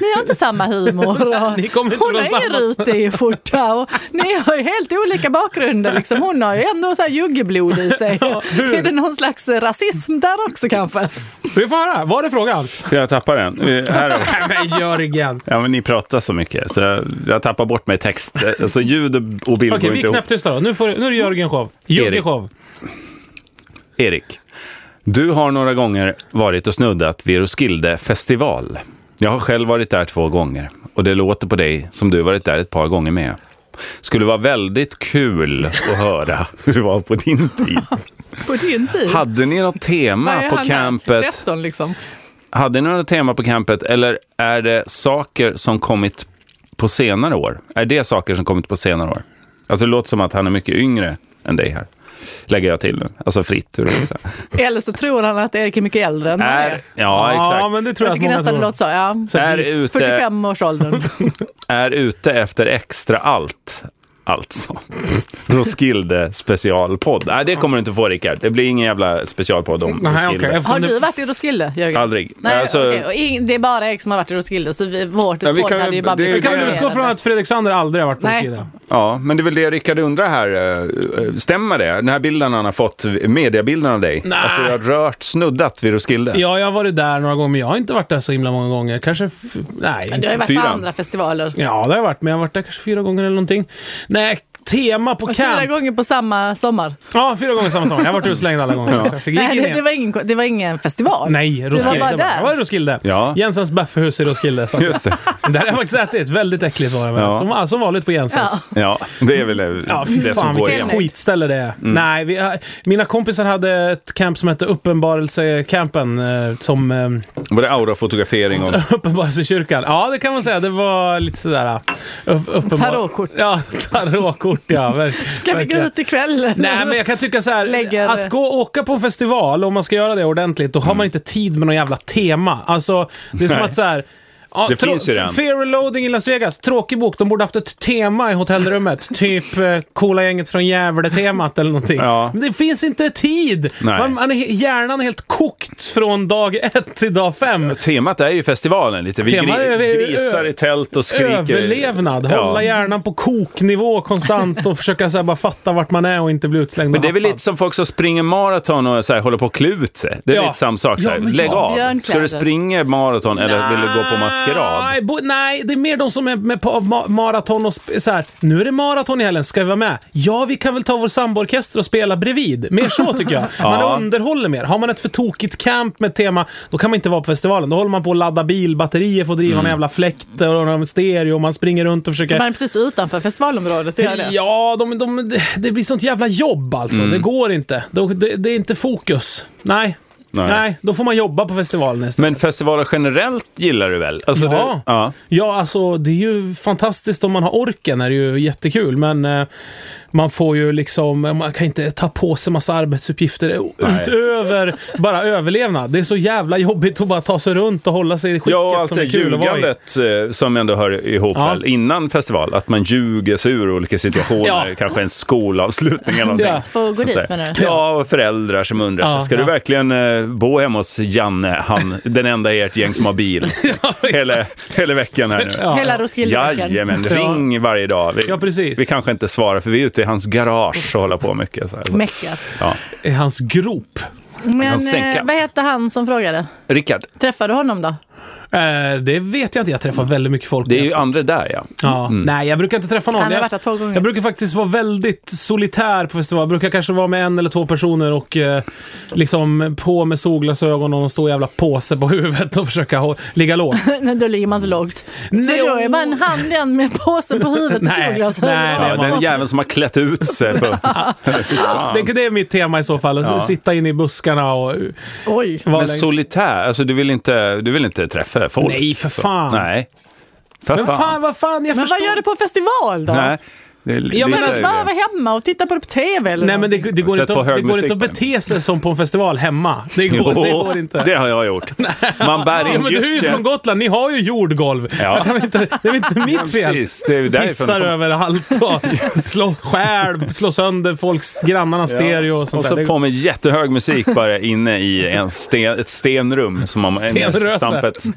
Speaker 4: ni har inte samma humor.
Speaker 2: Ni kommer inte
Speaker 4: Hon
Speaker 2: från
Speaker 4: har
Speaker 2: samma-
Speaker 4: er uteskjorta och ni har ju helt olika bakgrunder. Liksom. Hon har ju ändå så här juggeblod i sig. Är det någon slags rasism där också kanske?
Speaker 2: Vi får höra, var är frågan?
Speaker 3: Jag tappar den. Eh, Här är den.
Speaker 2: Nej men Jörgen.
Speaker 3: Ja, men ni pratar så mycket, så jag, jag tappar bort mig i text. Alltså ljud och- och
Speaker 2: Okej,
Speaker 3: bild går
Speaker 2: vi
Speaker 3: inte
Speaker 2: är
Speaker 3: ihop.
Speaker 2: knäpptysta då. Nu, får, nu är det Jörgen show. Jugge
Speaker 3: Erik.
Speaker 2: show.
Speaker 3: Erik, du har några gånger varit och snuddat vid Roskilde festival. Jag har själv varit där två gånger och det låter på dig som du varit där ett par gånger med. Skulle vara väldigt kul att höra hur det var på din tid.
Speaker 4: På din tid?
Speaker 3: Hade ni något tema
Speaker 4: Vad är
Speaker 3: på
Speaker 4: han där?
Speaker 3: campet?
Speaker 4: 13 liksom.
Speaker 3: Hade ni något tema på campet eller är det saker som kommit på senare år? Är det saker som kommit på senare år? Alltså det låter som att han är mycket yngre än dig här. Lägger jag till nu. Alltså fritt. Hur det är.
Speaker 4: Eller så tror han att Erik är mycket äldre än han är.
Speaker 3: Är, ja, exakt.
Speaker 2: Ja, men det tror
Speaker 4: Jag
Speaker 2: jag,
Speaker 4: tycker
Speaker 2: att många
Speaker 4: nästan det
Speaker 2: tror.
Speaker 4: låter så. Ja.
Speaker 3: Är ute,
Speaker 4: 45-årsåldern.
Speaker 3: är ute efter extra allt. Alltså. Roskilde specialpodd. Nej, det kommer du inte få Rickard. Det blir ingen jävla specialpodd om
Speaker 2: Nej, okej.
Speaker 3: Roskilde.
Speaker 2: Eftersom
Speaker 4: Har
Speaker 2: det-
Speaker 4: du varit i Roskilde, Jörgen?
Speaker 3: Aldrig.
Speaker 4: Nej,
Speaker 3: Alltså-
Speaker 4: okej. Och ing- Det är bara Erik som har varit i Roskilde, så vi, vårt
Speaker 3: Ja, vi
Speaker 4: podd
Speaker 3: kan-
Speaker 4: hade ju bara
Speaker 3: det-
Speaker 2: Vi
Speaker 4: blivit
Speaker 2: kan väl
Speaker 4: irriterande.
Speaker 2: utgå från att Fredrik Sander aldrig har varit på
Speaker 4: Nej.
Speaker 2: Roskilde.
Speaker 3: Ja, men det är väl det Rickard undrar här. eh, eh, Stämmer det? Den här bilden han har fått, mediabilden av dig?
Speaker 2: Nej.
Speaker 3: Att du har rört, snuddat vid Roskilde?
Speaker 2: Ja, jag har varit där några gånger, men jag har inte varit där så himla många gånger. Kanske... F- nej.
Speaker 4: Men du har ju varit
Speaker 3: Fyra.
Speaker 4: på andra festivaler.
Speaker 2: Ja, det har jag varit, men jag har varit där kanske fyra gånger eller någonting. Nej, tema på
Speaker 4: Och fyra
Speaker 2: camp.
Speaker 4: gånger på samma sommar.
Speaker 2: ja, fyra gånger samma sommar. Jag har varit utslängd alla gånger. Så jag fick
Speaker 4: Nej,
Speaker 2: gick
Speaker 4: det,
Speaker 2: in
Speaker 4: det,
Speaker 2: igen.
Speaker 4: var ingen, det var ingen festival.
Speaker 2: Nej,
Speaker 4: Du
Speaker 2: Roskilde.
Speaker 4: var bara
Speaker 2: Jag var i
Speaker 4: där.
Speaker 2: Roskilde.
Speaker 3: Ja.
Speaker 2: Jensens Bäffehus i Roskilde. Så.
Speaker 3: Just det.
Speaker 2: Där har jag faktiskt ätit. Väldigt äckligt var det. men
Speaker 3: Ja.
Speaker 2: Som, som vanligt på Jensens.
Speaker 4: Ja.
Speaker 3: Ja, det är väl eh,
Speaker 2: Ja,
Speaker 4: Mm.
Speaker 2: fy fan
Speaker 3: det som går
Speaker 2: vilket
Speaker 3: igen.
Speaker 4: igenom. Mm.
Speaker 2: skitställe det är. Nej, vi, har- mina kompisar hade ett camp som hette Uppenbarelsecampen. Eh, som eh,
Speaker 3: Var det aurafotografering? Och...
Speaker 2: Uppenbarelsekyrkan. Ja, det kan man säga. Det var lite sådär... Uh, uppenbar-
Speaker 4: Tarotkort.
Speaker 2: Ja, tarotkort ja. Ver-
Speaker 4: Ska vi gå
Speaker 2: verkligen.
Speaker 4: ut ikväll?
Speaker 2: Nej, men jag kan tycka så här.
Speaker 4: Lägger-
Speaker 2: Att gå och åka på en festival, om man ska göra det ordentligt, då har man inte tid med någon jävla tema. Alltså, det är som
Speaker 3: Mm. Nej.
Speaker 2: att så här... Ja,
Speaker 3: Det
Speaker 2: trå-
Speaker 3: finns ju redan.
Speaker 2: Fear and Loading i Las Vegas, tråkig bok. De borde haft ett tema i hotellrummet. typ eh, coola gänget från Gävle-temat eller någonting.
Speaker 3: Ja.
Speaker 2: Men det finns inte tid!
Speaker 3: Nej.
Speaker 2: Man, man är, he- hjärnan är helt kokt från dag ett till dag fem.
Speaker 3: Temat är ju festivalen lite. Vi
Speaker 2: Temat är-
Speaker 3: gri- grisar i tält och skriker.
Speaker 2: Överlevnad, hålla
Speaker 3: Ja.
Speaker 2: hjärnan på koknivå konstant och försöka så här, bara fatta vart man är och inte bli utslängd
Speaker 3: Men
Speaker 2: och
Speaker 3: det är väl
Speaker 2: haffad.
Speaker 3: lite som folk som springer maraton och så här, håller på att klä ut sig. Det är
Speaker 2: Ja.
Speaker 3: lite samma sak. Så
Speaker 2: Ja,
Speaker 3: här.
Speaker 2: men
Speaker 3: Lägg
Speaker 2: ja.
Speaker 3: av. Ska
Speaker 4: Björnkläder.
Speaker 3: du springa maraton eller vill du gå på maskerad?
Speaker 2: Nej, bo, nej, det är mer de som är med på ma- maraton och sp- så här. Nu är det maraton i helgen, ska vi vara med? Ja, vi kan väl ta vår samboorkester och spela bredvid. Mer så tycker jag. Man
Speaker 3: Ja.
Speaker 2: underhåller mer. Har man ett för tokigt camp med tema, då kan man inte vara på festivalen. Då håller man på att ladda bil, batterier får driva
Speaker 3: Mm.
Speaker 2: någon jävla fläkt och någon stereo och man springer runt och försöker...
Speaker 4: Så man är precis utanför festivalområdet och gör det.
Speaker 2: Ja, de, de, det blir sånt jävla jobb alltså.
Speaker 3: Mm.
Speaker 2: Det går inte. Det, det, det är inte fokus. Nej. Nej.
Speaker 3: Nej.
Speaker 2: då får man jobba på festivalen istället.
Speaker 3: Men festivaler generellt gillar du väl? Alltså,
Speaker 2: Ja.
Speaker 3: Det, ja.
Speaker 2: Ja, alltså det är ju fantastiskt om man har orken, är det ju jättekul. Men eh, Man får ju liksom, man kan inte ta på sig massa arbetsuppgifter utöver bara överlevnad. Det är så jävla jobbigt att bara ta sig runt och hålla sig i skicket
Speaker 3: Ja, och allt
Speaker 2: som
Speaker 3: det
Speaker 2: är kul att vara i.
Speaker 3: ljugandet eh, som ändå hör ihop
Speaker 2: Ja.
Speaker 3: väl, innan festival. Att man ljuger sig ur olika situationer,
Speaker 2: Ja.
Speaker 3: kanske en skolavslutning eller någonting.
Speaker 2: Ja.
Speaker 4: För att gå
Speaker 3: Sånt
Speaker 4: dit,
Speaker 3: där.
Speaker 4: menar du?
Speaker 3: Ja, och föräldrar som undrar,
Speaker 2: Ja,
Speaker 3: så, ska
Speaker 2: ja.
Speaker 3: du verkligen eh, bo hemma hos Janne, han, den enda i ert gäng som har bil, hela, hela veckan här nu?
Speaker 2: Ja,
Speaker 4: Hela
Speaker 2: ja.
Speaker 4: Roskildeveckan.
Speaker 3: Jajamän, ring varje dag. Vi,
Speaker 2: Ja, precis.
Speaker 3: vi kanske inte svarar, för vi är ute i hans garage och håller på mycket. Så här, så.
Speaker 4: Meckat.
Speaker 3: Ja.
Speaker 2: I hans grop.
Speaker 4: Men
Speaker 3: sänka.
Speaker 4: eh, vad hette han som frågade?
Speaker 3: Rickard,
Speaker 4: Träffade du honom då?
Speaker 2: Eh, det vet jag inte. Jag träffar väldigt mycket folk.
Speaker 3: Mm. det är ju andra där ja.
Speaker 2: Ja. Nej, jag brukar inte träffa någon.
Speaker 4: Han har
Speaker 2: Jag-
Speaker 4: varit där två gånger.
Speaker 2: Jag brukar faktiskt vara väldigt solitär på festival. Jag brukar kanske vara med en eller två personer och eh, liksom på med solglasögon och en stor jävla påse på huvudet och försöka hå- ligga lågt.
Speaker 4: Nej, då ligger man inte lågt. Nej, då är man handen med påsen på huvudet och
Speaker 2: Nej,
Speaker 4: solglasögon.
Speaker 2: nej, nej.
Speaker 3: Ja, den jäveln som har klätt ut sig. På,
Speaker 2: Det, det är mitt tema i så fall. Att
Speaker 3: Ja.
Speaker 2: sitta inne i buskarna och uh,
Speaker 4: Oj.
Speaker 2: vara
Speaker 3: men
Speaker 2: längst.
Speaker 3: solitär, alltså du vill inte, du vill inte träffa folk?
Speaker 2: Nej, för
Speaker 3: Så-
Speaker 2: fan.
Speaker 3: Nej. För
Speaker 2: Men fan, vad fan, jag
Speaker 4: Men
Speaker 2: förstår.
Speaker 4: vad gör du på festival då?
Speaker 3: Nej. Det, är- det,
Speaker 2: Ja, men
Speaker 3: är-
Speaker 4: Kan du bara vara hemma och titta på det på tv eller
Speaker 2: Nej men det, det, går,
Speaker 3: Sätt
Speaker 2: inte
Speaker 3: på
Speaker 2: att, det
Speaker 3: hög
Speaker 2: går inte att
Speaker 3: musik.
Speaker 2: bete sig som på en festival hemma. Det går, det
Speaker 3: Jo,
Speaker 2: går inte.
Speaker 3: det har jag gjort. Man bär
Speaker 2: Ja,
Speaker 3: in
Speaker 2: men du är ju från
Speaker 3: gyttjan.
Speaker 2: Gotland, ni har ju jordgolv.
Speaker 3: Ja.
Speaker 2: Jag kan väl inte, det är väl inte mitt fel?
Speaker 3: Precis, det är ju därifrån
Speaker 2: Pissar
Speaker 3: det kommer.
Speaker 2: över allt och slå, skär, slå sönder folks, grannarnas stereo och sånt
Speaker 3: och så
Speaker 2: där. Det-
Speaker 3: på med jättehög musik bara inne i en sten, ett stenrum som man,
Speaker 2: Stenröse.
Speaker 3: stampet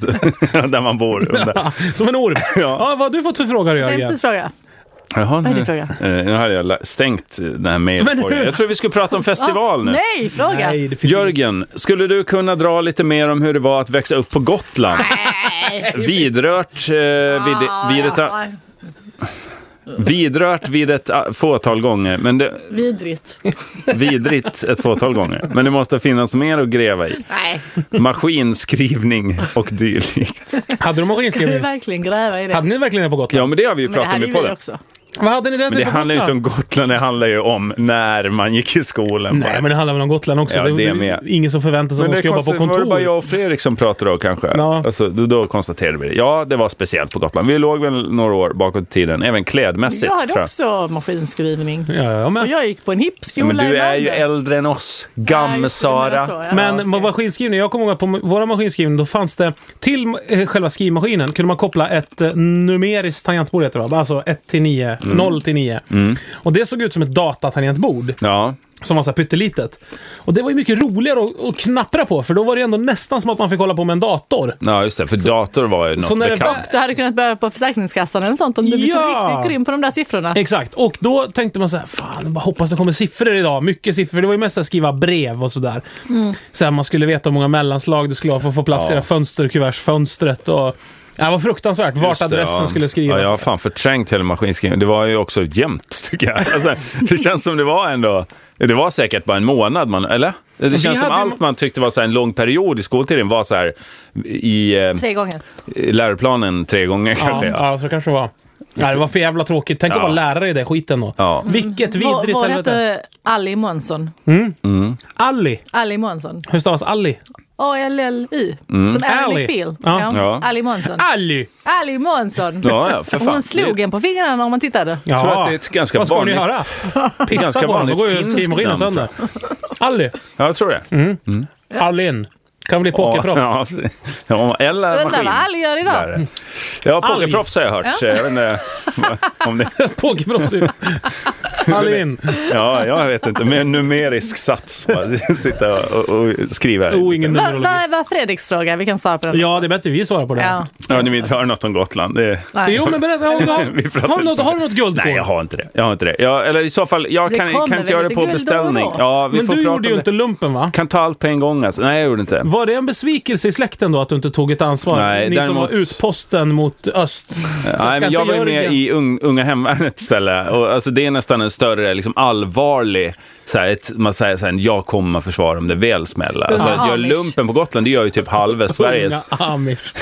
Speaker 3: där man bor. Under.
Speaker 2: Som en orm. Ja. vad har du fått för frågor
Speaker 4: Det är en
Speaker 2: Jörgen?
Speaker 4: precis fråga.
Speaker 3: Jaha,
Speaker 4: är din
Speaker 3: nu,
Speaker 4: fråga?
Speaker 3: eh, nu hade jag la- stängt den här
Speaker 2: Men
Speaker 3: mejlkorgen.
Speaker 2: hur?
Speaker 3: Jag tror vi skulle prata om festival nu.
Speaker 4: Nej, fråga.
Speaker 2: Nej,
Speaker 4: Nej.
Speaker 2: det finns inget.
Speaker 3: Jörgen, skulle du kunna dra lite mer om hur det var att växa upp på Gotland? Vidrört, eh, vid, vid, ett,
Speaker 4: Ah,
Speaker 3: vidrört vid ett ah, fåtal gånger, men det,
Speaker 4: vidrigt.
Speaker 3: vidrigt ett fåtal gånger. Men det måste finnas mer att gräva i.
Speaker 4: Nej,
Speaker 3: Maskinskrivning och dylikt.
Speaker 2: Hade du
Speaker 4: kan du
Speaker 2: maskinskrivning?
Speaker 4: verkligen gräva i det?
Speaker 2: Hade ni verkligen det på Gotland?
Speaker 3: Ja, men det har vi ju
Speaker 4: Men det
Speaker 3: pratat
Speaker 4: här
Speaker 3: om
Speaker 4: är
Speaker 3: i
Speaker 4: ju vi
Speaker 3: podden.
Speaker 4: också.
Speaker 2: Vad hade ni det,
Speaker 3: Men det handlar ju inte om Gotland, det handlar ju om när man gick i skolan. bara.
Speaker 2: Nej, men det handlar väl om Gotland också.
Speaker 3: Ja,
Speaker 2: det,
Speaker 3: det
Speaker 2: det
Speaker 3: med.
Speaker 2: är ingen som förväntar sig att
Speaker 3: Men
Speaker 2: de
Speaker 3: det
Speaker 2: ska jobba på
Speaker 3: konstigt, Var det bara
Speaker 2: kontor.
Speaker 3: jag och Fredrik som pratade då kanske?
Speaker 2: Ja.
Speaker 3: Alltså, då, då konstaterade vi det. Ja, det var speciellt på Gotland. Vi låg väl några år bakåt i tiden, även klädmässigt.
Speaker 4: Jag hade
Speaker 3: tror
Speaker 4: också maskinskrivning.
Speaker 2: Ja, ja,
Speaker 4: Och
Speaker 2: men
Speaker 4: jag gick på en hippskola
Speaker 3: jag. Men
Speaker 4: i
Speaker 3: du är ju
Speaker 4: Malmö.
Speaker 3: äldre än oss.
Speaker 4: Ja, just det, du menar så,
Speaker 3: Gamm-Sara.
Speaker 4: ja.
Speaker 2: men
Speaker 4: Ja, okej.
Speaker 2: maskinskrivning, jag kommer ihåg att på våra maskinskrivning då fanns det till eh, själva skrivmaskinen kunde man koppla ett eh, numeriskt tangentbord heter det va? Alltså 1 till 9,
Speaker 3: Mm.
Speaker 2: 0 till 9. Och det såg ut som ett datatangentbord
Speaker 3: Ja,
Speaker 2: som var så här pyttelitet. Och det var ju mycket roligare att, att knappra på för då var det ändå nästan som att man fick hålla på med en dator.
Speaker 3: ja, just det. För dator var ju något
Speaker 2: så när det
Speaker 3: bekant.
Speaker 4: Du hade kunnat börja på Försäkringskassan eller sånt om du blivit
Speaker 2: Ja.
Speaker 4: riktigt grym på de där siffrorna.
Speaker 2: Exakt, och då tänkte man så här, fan, jag bara hoppas det kommer siffror idag. Mycket siffror, för det var ju mest att skriva brev och sådär. Så här, man skulle veta hur många mellanslag du skulle ha för att få plats
Speaker 3: Ja.
Speaker 2: i det här fönsterkuvertsfönstret. Och... Ja, det var fruktansvärt vart
Speaker 3: Just det,
Speaker 2: adressen
Speaker 3: ja.
Speaker 2: skulle skrivas.
Speaker 3: Ja, jag har fan förträngt hela maskinskrivningen. Det var ju också jämnt, tycker jag. Alltså, det känns som det var ändå... Det var säkert bara en månad, man, eller? Det känns som
Speaker 2: hade ju-
Speaker 3: allt man tyckte var så här en lång period i skoltiden var så här i eh,
Speaker 4: Tre gånger.
Speaker 3: i läroplanen tre gånger
Speaker 2: Ja,
Speaker 3: kanske. Ja.
Speaker 2: ja, så kanske det var. Nej, det var för jävla tråkigt. Tänk
Speaker 3: Ja.
Speaker 2: att vara lärare i den skiten då.
Speaker 3: Ja.
Speaker 2: Vilket
Speaker 4: Vår,
Speaker 2: vidrigt
Speaker 4: vår
Speaker 2: helvete.
Speaker 4: hette Ali Månsson.
Speaker 2: Ali.
Speaker 4: Ali Månsson.
Speaker 2: Hur stavas Ali?
Speaker 4: A-L-L-Y. Som
Speaker 2: Ali.
Speaker 4: Ali Pil.
Speaker 2: Ja. Ah!
Speaker 3: Ja.
Speaker 4: Ali Månsson.
Speaker 2: Ali!
Speaker 4: Ali Månsson.
Speaker 3: Ja, ja, för fan.
Speaker 4: Hon slog en på fingrarna om man tittade.
Speaker 2: Ja.
Speaker 3: Jag tror att det är ett ganska
Speaker 2: Vad ska ni
Speaker 3: vanligt-
Speaker 2: göra? Pissa
Speaker 3: ganska
Speaker 2: på honom, då
Speaker 3: vanligt
Speaker 2: går ju
Speaker 3: finskt
Speaker 2: skrivmaskinen
Speaker 3: namn,
Speaker 2: sönder. Ali.
Speaker 3: Ja, jag tror det.
Speaker 2: Allin. Kan bli
Speaker 3: Ja,
Speaker 2: Mm. pokerproffs.
Speaker 3: ja, ja, eller
Speaker 4: Undrar vad
Speaker 3: maskin.
Speaker 4: Ali gör idag.
Speaker 3: Där. Ja, pokerproffs har jag hört. så Jag vet inte om det...
Speaker 2: Pokerproffs ju. Allin.
Speaker 3: Ja, jag vet inte. Med en numerisk sats bara. Sitta och, och skriva.
Speaker 2: Oh, ingen
Speaker 4: Vad va,
Speaker 2: numerologi.
Speaker 4: va var Fredriks fråga? Vi kan svara på den.
Speaker 2: Ja, det är bättre vi svarar på det.
Speaker 4: Ja.
Speaker 3: Ja, ni vill inte höra något om Gotland. Det...
Speaker 4: Nej.
Speaker 2: Jo, men berätta. Har,
Speaker 3: Vi
Speaker 2: har,
Speaker 3: pratar
Speaker 2: har, du,
Speaker 3: inte
Speaker 2: något,
Speaker 3: om
Speaker 2: har du något guldkorn?
Speaker 3: Nej, jag har inte det. Jag har inte det. Jag, eller i så fall, jag
Speaker 4: Det
Speaker 3: kan,
Speaker 4: kommer
Speaker 3: kan
Speaker 4: väl
Speaker 3: inte göra det
Speaker 4: lite
Speaker 3: på
Speaker 4: guld då och
Speaker 3: beställning.
Speaker 4: då?
Speaker 3: Ja, vi
Speaker 2: Men
Speaker 3: får
Speaker 2: du
Speaker 3: prata om
Speaker 2: gjorde ju
Speaker 3: det.
Speaker 2: inte lumpen, va?
Speaker 3: Kan ta allt på en gång alltså. Nej, jag gjorde inte.
Speaker 2: Var det en besvikelse i släkten då att du inte tog ett ansvar?
Speaker 3: Nej,
Speaker 2: Ni som
Speaker 3: däremot-
Speaker 2: var utposten mot öst. Så
Speaker 3: Nej,
Speaker 2: ska
Speaker 3: men
Speaker 2: inte
Speaker 3: jag var ju med
Speaker 2: Jörgen-
Speaker 3: i un, Unga Hemvärnet istället. Och, alltså, det är nästan en större, liksom, allvarlig... Så här, ett, man säger så här, jag kommer att försvara om det väl smäller. Alltså,
Speaker 4: Unga
Speaker 3: att göra
Speaker 4: Amish.
Speaker 3: lumpen på Gotland, det gör ju typ halva Sveriges...
Speaker 2: Unga Amish.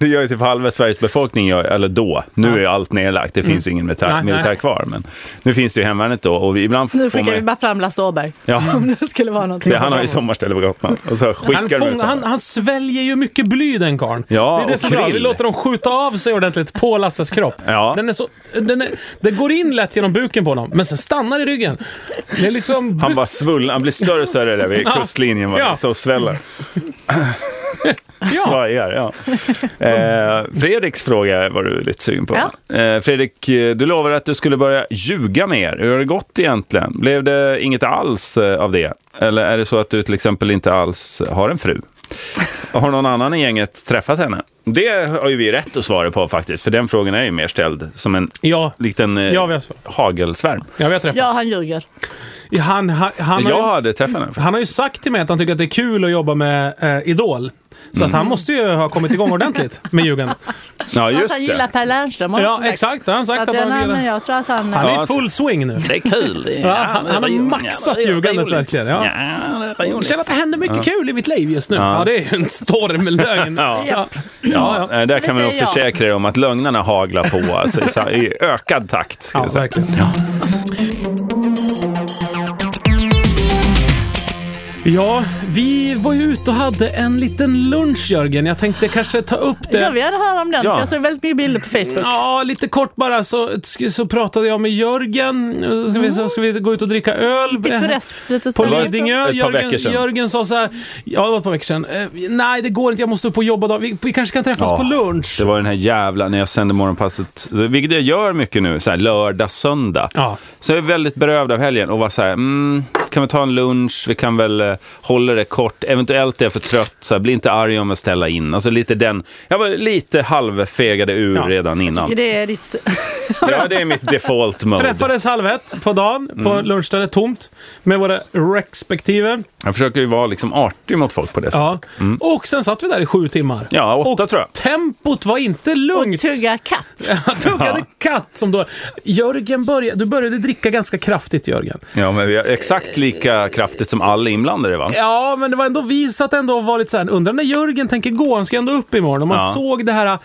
Speaker 3: Det gör ju typ halva Sveriges befolkning, gör, eller då. Nu är ju allt nedlagt, det
Speaker 4: Mm.
Speaker 3: finns ingen militär,
Speaker 2: Nej, nej.
Speaker 3: militär kvar. Men nu finns det ju Hemvärnet då och vi, ibland
Speaker 4: Nu
Speaker 3: får
Speaker 4: skickar
Speaker 3: man
Speaker 4: vi
Speaker 3: ju,
Speaker 4: bara fram Lasse Åberg.
Speaker 3: Ja.
Speaker 4: Om det skulle vara någonting.
Speaker 3: det, Han har ju sommarställe på Gotland. Och så skickar
Speaker 2: Han,
Speaker 3: de ut
Speaker 2: fång, han,
Speaker 3: honom.
Speaker 2: han sväljer ju mycket bly den karln.
Speaker 3: Ja,
Speaker 2: det är
Speaker 3: och
Speaker 2: det som är bra. Vi
Speaker 3: krill.
Speaker 2: låter dem skjuta av sig ordentligt på Lasses kropp.
Speaker 3: Ja.
Speaker 2: Den är så, den är, det går in lätt genom buken på honom, men sen stannar i ryggen. Det är liksom...
Speaker 3: Han bara svull, han blir större och större där vid kustlinjen. Va?
Speaker 2: Ja.
Speaker 3: Så sväller. Svajar, ja. Eh, Fredriks fråga var du lite sugen på.
Speaker 4: Ja.
Speaker 3: Eh, Fredrik, eh, du lovade att du skulle börja ljuga mer. Hur har det gått egentligen? Blev det inget alls eh, av det? Eller är det så att du till exempel inte alls har en fru? Har någon annan i gänget träffat henne? Det har ju vi rätt att svara på faktiskt, för den frågan är ju mer ställd som en
Speaker 2: Ja,
Speaker 3: liten eh,
Speaker 2: Ja, vi har svar.
Speaker 3: hagelsvärm.
Speaker 2: jag vet träffat.
Speaker 4: Ja, han ljuger.
Speaker 2: Han, han, han, har
Speaker 3: Jag
Speaker 2: ju,
Speaker 3: hade träffat henne.
Speaker 2: han har ju sagt till mig att han tycker att det är kul att jobba med eh, Idol. Så att han
Speaker 3: Mm.
Speaker 2: måste ju ha kommit igång ordentligt med ljugen.
Speaker 3: Ja,
Speaker 4: Att han
Speaker 3: just
Speaker 4: gillar
Speaker 3: det.
Speaker 4: Per Lernström har han
Speaker 2: Ja,
Speaker 4: sagt.
Speaker 2: exakt. Det har han sagt
Speaker 4: Att
Speaker 2: att, han
Speaker 4: den,
Speaker 2: gillar.
Speaker 4: men jag tror att han...
Speaker 2: Han är
Speaker 3: Ja,
Speaker 2: i full swing nu.
Speaker 3: Det är kul. det.
Speaker 2: Ja, han-
Speaker 3: men
Speaker 2: han har
Speaker 3: det är roligt.
Speaker 2: maxat
Speaker 3: Ja, det är
Speaker 2: ljugandet
Speaker 3: roligt.
Speaker 2: verkligen, ja.
Speaker 3: det är
Speaker 2: Jag
Speaker 3: roligt.
Speaker 2: känner att det händer mycket kul i mitt liv just nu. Ja, det är ju en stormlögn.
Speaker 3: Ja.
Speaker 4: Ja.
Speaker 3: Ja, eh, där
Speaker 4: vi
Speaker 3: kan vi nog
Speaker 4: säger ja.
Speaker 3: försäkra er om att lögnarna haglar på alltså, i sa- i ökad takt. ska
Speaker 2: Ja,
Speaker 3: jag säga.
Speaker 2: verkligen. Ja, vi var ju ute och hade en liten lunch Jörgen. Jag tänkte kanske ta upp det.
Speaker 4: Jag vill höra om den,
Speaker 3: Ja.
Speaker 4: för jag såg väldigt mycket bilder på Facebook.
Speaker 2: Ja, lite kort bara så, sk- så pratade jag med Jörgen. Så Ska vi, så ska vi gå ut och dricka öl? Eh,
Speaker 4: Pittoreskt lite
Speaker 2: På
Speaker 4: ställe.
Speaker 2: Lidingö.
Speaker 3: Ett par
Speaker 2: Jörgen,
Speaker 3: veckor sedan.
Speaker 2: Jörgen sa så här, ja det var ett par veckor sedan. Eh, nej det går inte, jag måste upp och jobba. Då. Vi, vi kanske kan träffas
Speaker 3: Ja,
Speaker 2: på lunch.
Speaker 3: Det var den här jävla, när jag sände morgonpasset, vilket jag gör mycket nu, så här, lördag, söndag.
Speaker 2: Ja.
Speaker 3: Så jag är väldigt berövd av helgen och var så här, mm, kan vi ta en lunch, vi kan väl eh, hålla det kort, eventuellt är jag för trött, så här, bli inte arg om jag ställer in. Alltså lite den, jag var lite halvfegade ur
Speaker 2: Ja.
Speaker 3: redan innan.
Speaker 4: Det är ditt...
Speaker 3: Ja, det är mitt default mode.
Speaker 2: Träffades halv ett på dagen på
Speaker 3: Mm.
Speaker 2: lunchstället, tomt. Med våra respektive.
Speaker 3: Jag försöker ju vara liksom artig mot folk på det sättet.
Speaker 2: Ja. Och sen satt vi där i sju timmar.
Speaker 3: Mm. Ja, åtta
Speaker 2: och
Speaker 3: tror jag.
Speaker 2: tempot var inte lugnt.
Speaker 4: Tugga katt.
Speaker 2: Han tuggade katt som då... Jörgen började... Du började dricka ganska kraftigt, Jörgen.
Speaker 3: Ja, men vi har exakt lika kraftigt som alla inblandade, va?
Speaker 2: Ja, men det var ändå... Vi satt ändå och var lite såhär, undrar när Jörgen tänker gå? Han ska ändå upp imorgon. Och man
Speaker 3: Ja.
Speaker 2: såg det här äh,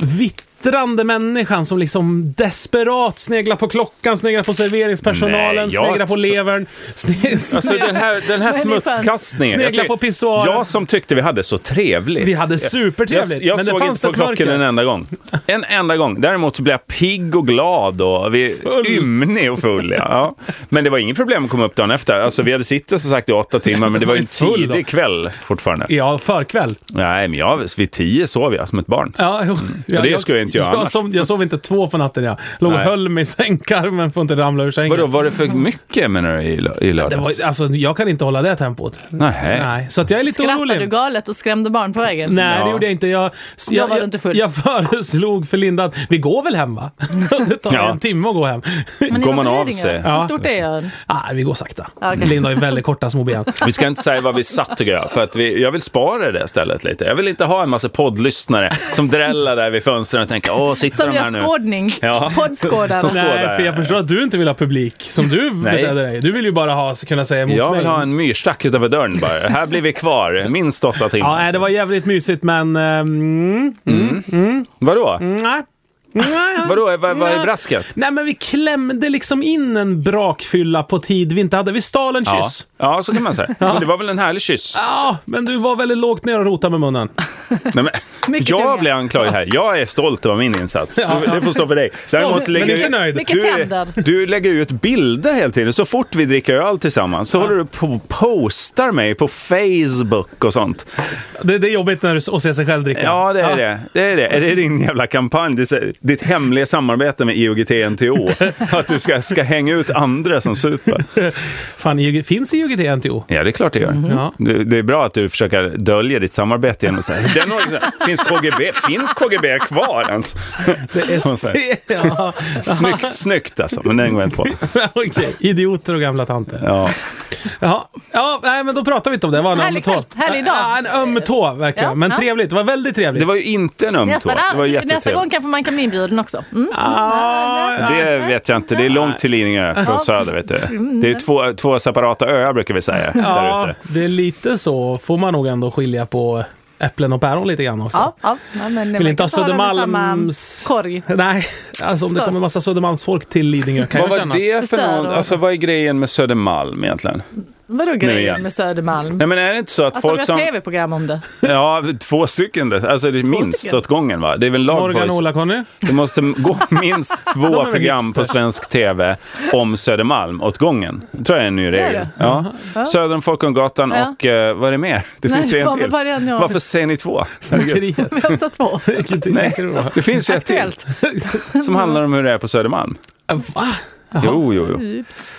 Speaker 2: vittrande människan som liksom desperat sneglar på klockan, sneglar på serveringspersonalen,
Speaker 3: Nej, jag-
Speaker 2: sneglar på levern. Sne...
Speaker 3: Alltså den här, den här
Speaker 4: Men det är skönt.
Speaker 3: smutskastningen.
Speaker 2: Snegla
Speaker 3: Jag tyck-
Speaker 2: på pissoaren.
Speaker 3: Jag som tyckte vi hade så trevligt.
Speaker 2: Vi hade supertrevligt,
Speaker 3: Jag, jag
Speaker 2: men det
Speaker 3: såg
Speaker 2: fanns
Speaker 3: inte på
Speaker 2: ett
Speaker 3: klockan
Speaker 2: mörker.
Speaker 3: en enda gång. En enda gång. Däremot så blev jag pigg och glad och vi
Speaker 2: Full.
Speaker 3: ymnig och full. Ja. Ja. Men det var inget problem att komma upp dagen efter. Alltså vi hade sittit som sagt i åtta timmar, men det var ju en
Speaker 2: Full då.
Speaker 3: tidig kväll fortfarande.
Speaker 2: Ja, förkväll.
Speaker 3: Nej, men jag, vid tio sov jag som ett barn.
Speaker 2: Ja, jo. ja,
Speaker 3: det skulle jag inte göra
Speaker 2: Jag
Speaker 3: annars.
Speaker 2: sov, jag sov inte två på natten. Jag låg och
Speaker 3: Nej.
Speaker 2: höll mig i sängkarmen för att inte ramla ur sängen.
Speaker 3: Vadå, var det för mycket menar du i, lö- i
Speaker 2: Det var,
Speaker 3: lördags?
Speaker 2: alltså, jag kan inte hålla det tempot.
Speaker 3: Nej.
Speaker 2: Nej, så att jag är lite
Speaker 4: Skrattade
Speaker 2: orolig.
Speaker 4: du galet och skrämde barn på vägen?
Speaker 2: Nej, det
Speaker 3: Ja.
Speaker 2: gjorde jag inte. Jag, jag,
Speaker 4: var
Speaker 2: jag,
Speaker 4: inte full.
Speaker 2: jag föreslog för Linda att vi går väl hem va? Det tar
Speaker 3: Ja.
Speaker 2: en timme att gå hem.
Speaker 4: Men ni
Speaker 3: Går
Speaker 4: var
Speaker 3: man
Speaker 4: på
Speaker 3: av
Speaker 4: Lidingö.
Speaker 3: sig?
Speaker 2: Ja.
Speaker 4: Hur stort är ön?
Speaker 2: Nej, vi går sakta.
Speaker 4: Ja, okej.
Speaker 2: Linda har ju väldigt korta små ben.
Speaker 3: Vi ska inte säga vad vi satt tycker jag, för att vi, jag vill spara det stället lite. Jag vill inte ha en massa poddlyssnare som dräller där vid fönstren och tänker åh, sitter
Speaker 4: Som
Speaker 3: de här
Speaker 4: gör
Speaker 3: nu?
Speaker 4: skådning.
Speaker 3: Ja.
Speaker 4: Poddskådare.
Speaker 3: Som skå-
Speaker 2: Nej, för jag förstår att du inte vill ha publik som du
Speaker 3: Nej.
Speaker 2: betedde dig. Du vill ju bara ha, kunna säga emot
Speaker 3: Jag
Speaker 2: mig.
Speaker 3: vill ha en myrstack utanför dörren bara. Här blir vi kvar minst åtta timmar.
Speaker 2: Ja, nej, det var jävligt mysigt men... eh, Mm,
Speaker 3: Vadå?
Speaker 2: nej. Nej.
Speaker 3: Vadå, vad, vad är brasket?
Speaker 2: Nej, men vi klämde liksom in en brakfylla på tid vi inte hade. Vi stal en
Speaker 3: Ja.
Speaker 2: kyss.
Speaker 3: ja, så kan man säga. Men det var väl en härlig kyss?
Speaker 2: Ja, men du var väldigt lågt ner och rotade med munnen.
Speaker 3: Nej, men,
Speaker 4: Mycket tunga.
Speaker 3: jag blir anklagad här. Jag är stolt över min insats.
Speaker 2: Ja.
Speaker 3: Det får stå för dig.
Speaker 2: men inte nöjd.
Speaker 4: Mycket tänder.
Speaker 3: Du, du lägger ut bilder hela tiden. Så fort vi dricker öl tillsammans så håller du på och postar mig på Facebook och sånt.
Speaker 2: Det, det är jobbigt när du s- att se sig själv dricka.
Speaker 3: Ja, det är det. Det är det. Är det din jävla kampanj? Det är så- Ditt hemliga samarbete med IOGT-NTO? Att du ska, ska hänga ut andra som super?
Speaker 2: Fan, IUG finns IUGT NTO?
Speaker 3: Ja, det är klart det gör.
Speaker 2: Mm. Ja.
Speaker 3: Det, det är bra att du försöker dölja ditt samarbete genom att säga den organisationen- finns KGB, finns KGB kvar ens?
Speaker 2: Det är
Speaker 3: säger.
Speaker 2: ja,
Speaker 3: Snyggt, snyggt alltså, men den går jag inte på.
Speaker 2: okej. Idioter och gamla tanter.
Speaker 3: Ja.
Speaker 2: Ja. ja, nej men då pratar vi inte om det. det var en
Speaker 4: Härlig
Speaker 2: öm
Speaker 4: kväll.
Speaker 2: tå.
Speaker 4: Härlig dag.
Speaker 2: Ja, en öm tå verkligen.
Speaker 4: Ja,
Speaker 2: men
Speaker 4: ja.
Speaker 2: trevligt. Det var väldigt trevligt.
Speaker 3: Det var ju inte en öm tå.
Speaker 4: Nästa,
Speaker 3: Det var
Speaker 4: nästa gång
Speaker 3: jättetrevligt.
Speaker 4: kanske man kan bli inbjuden också. Mm.
Speaker 2: Ah, ja.
Speaker 3: Det vet jag inte. Det är långt till Lidingö från söder, vet du. Det är två, två separata öar, brukar vi säga, där
Speaker 2: ja,
Speaker 3: ute.
Speaker 2: det är lite så. Får man nog ändå skilja på äpplen och päron lite grann också.
Speaker 4: Ja, ja. ja, men man
Speaker 2: Vill inte
Speaker 4: kan
Speaker 2: ha
Speaker 4: ta dem i samma
Speaker 2: Södermalms...
Speaker 4: Korg.
Speaker 2: Nej, alltså om det
Speaker 4: Förstår.
Speaker 2: kommer massa Södermalmsfolk till Lidingö kan jag
Speaker 3: Vad var
Speaker 2: känna.
Speaker 3: det för
Speaker 4: Förstör
Speaker 3: någon,
Speaker 4: och-
Speaker 3: alltså vad är grejen med Södermalm egentligen?
Speaker 4: Vadå
Speaker 3: igen.
Speaker 4: grejen med Södermalm?
Speaker 3: Nej men är det inte så att,
Speaker 4: Att de
Speaker 3: folk
Speaker 4: gör
Speaker 3: som...
Speaker 4: tv-program om det.
Speaker 3: Ja, två stycken. dess- Alltså det är minst
Speaker 4: stycken.
Speaker 3: åt gången va? Det är väl lag
Speaker 2: Morgan
Speaker 3: på...
Speaker 2: Ola-Conny.
Speaker 3: Det måste gå minst
Speaker 2: De är
Speaker 3: två
Speaker 2: väl
Speaker 3: program på
Speaker 2: hipsters.
Speaker 3: svensk tv om Södermalm åt gången. Det tror jag är en ny
Speaker 4: Är
Speaker 3: regel.
Speaker 4: det?
Speaker 3: Ja. Söder om Folkungagatan
Speaker 4: Ja.
Speaker 3: och eh, vad är det mer? Det
Speaker 4: Nej,
Speaker 3: finns
Speaker 4: det
Speaker 3: ju
Speaker 4: var
Speaker 3: en
Speaker 4: väl
Speaker 3: till.
Speaker 4: bara en, ja.
Speaker 3: Varför säger ni två?
Speaker 2: Snickeriet.
Speaker 4: Vi har så två.
Speaker 3: Nej, det finns ju ett till
Speaker 4: Aktuellt.
Speaker 3: som handlar om hur det är på Södermalm.
Speaker 2: Va?
Speaker 3: Jo, jo, jo.
Speaker 4: Djupt.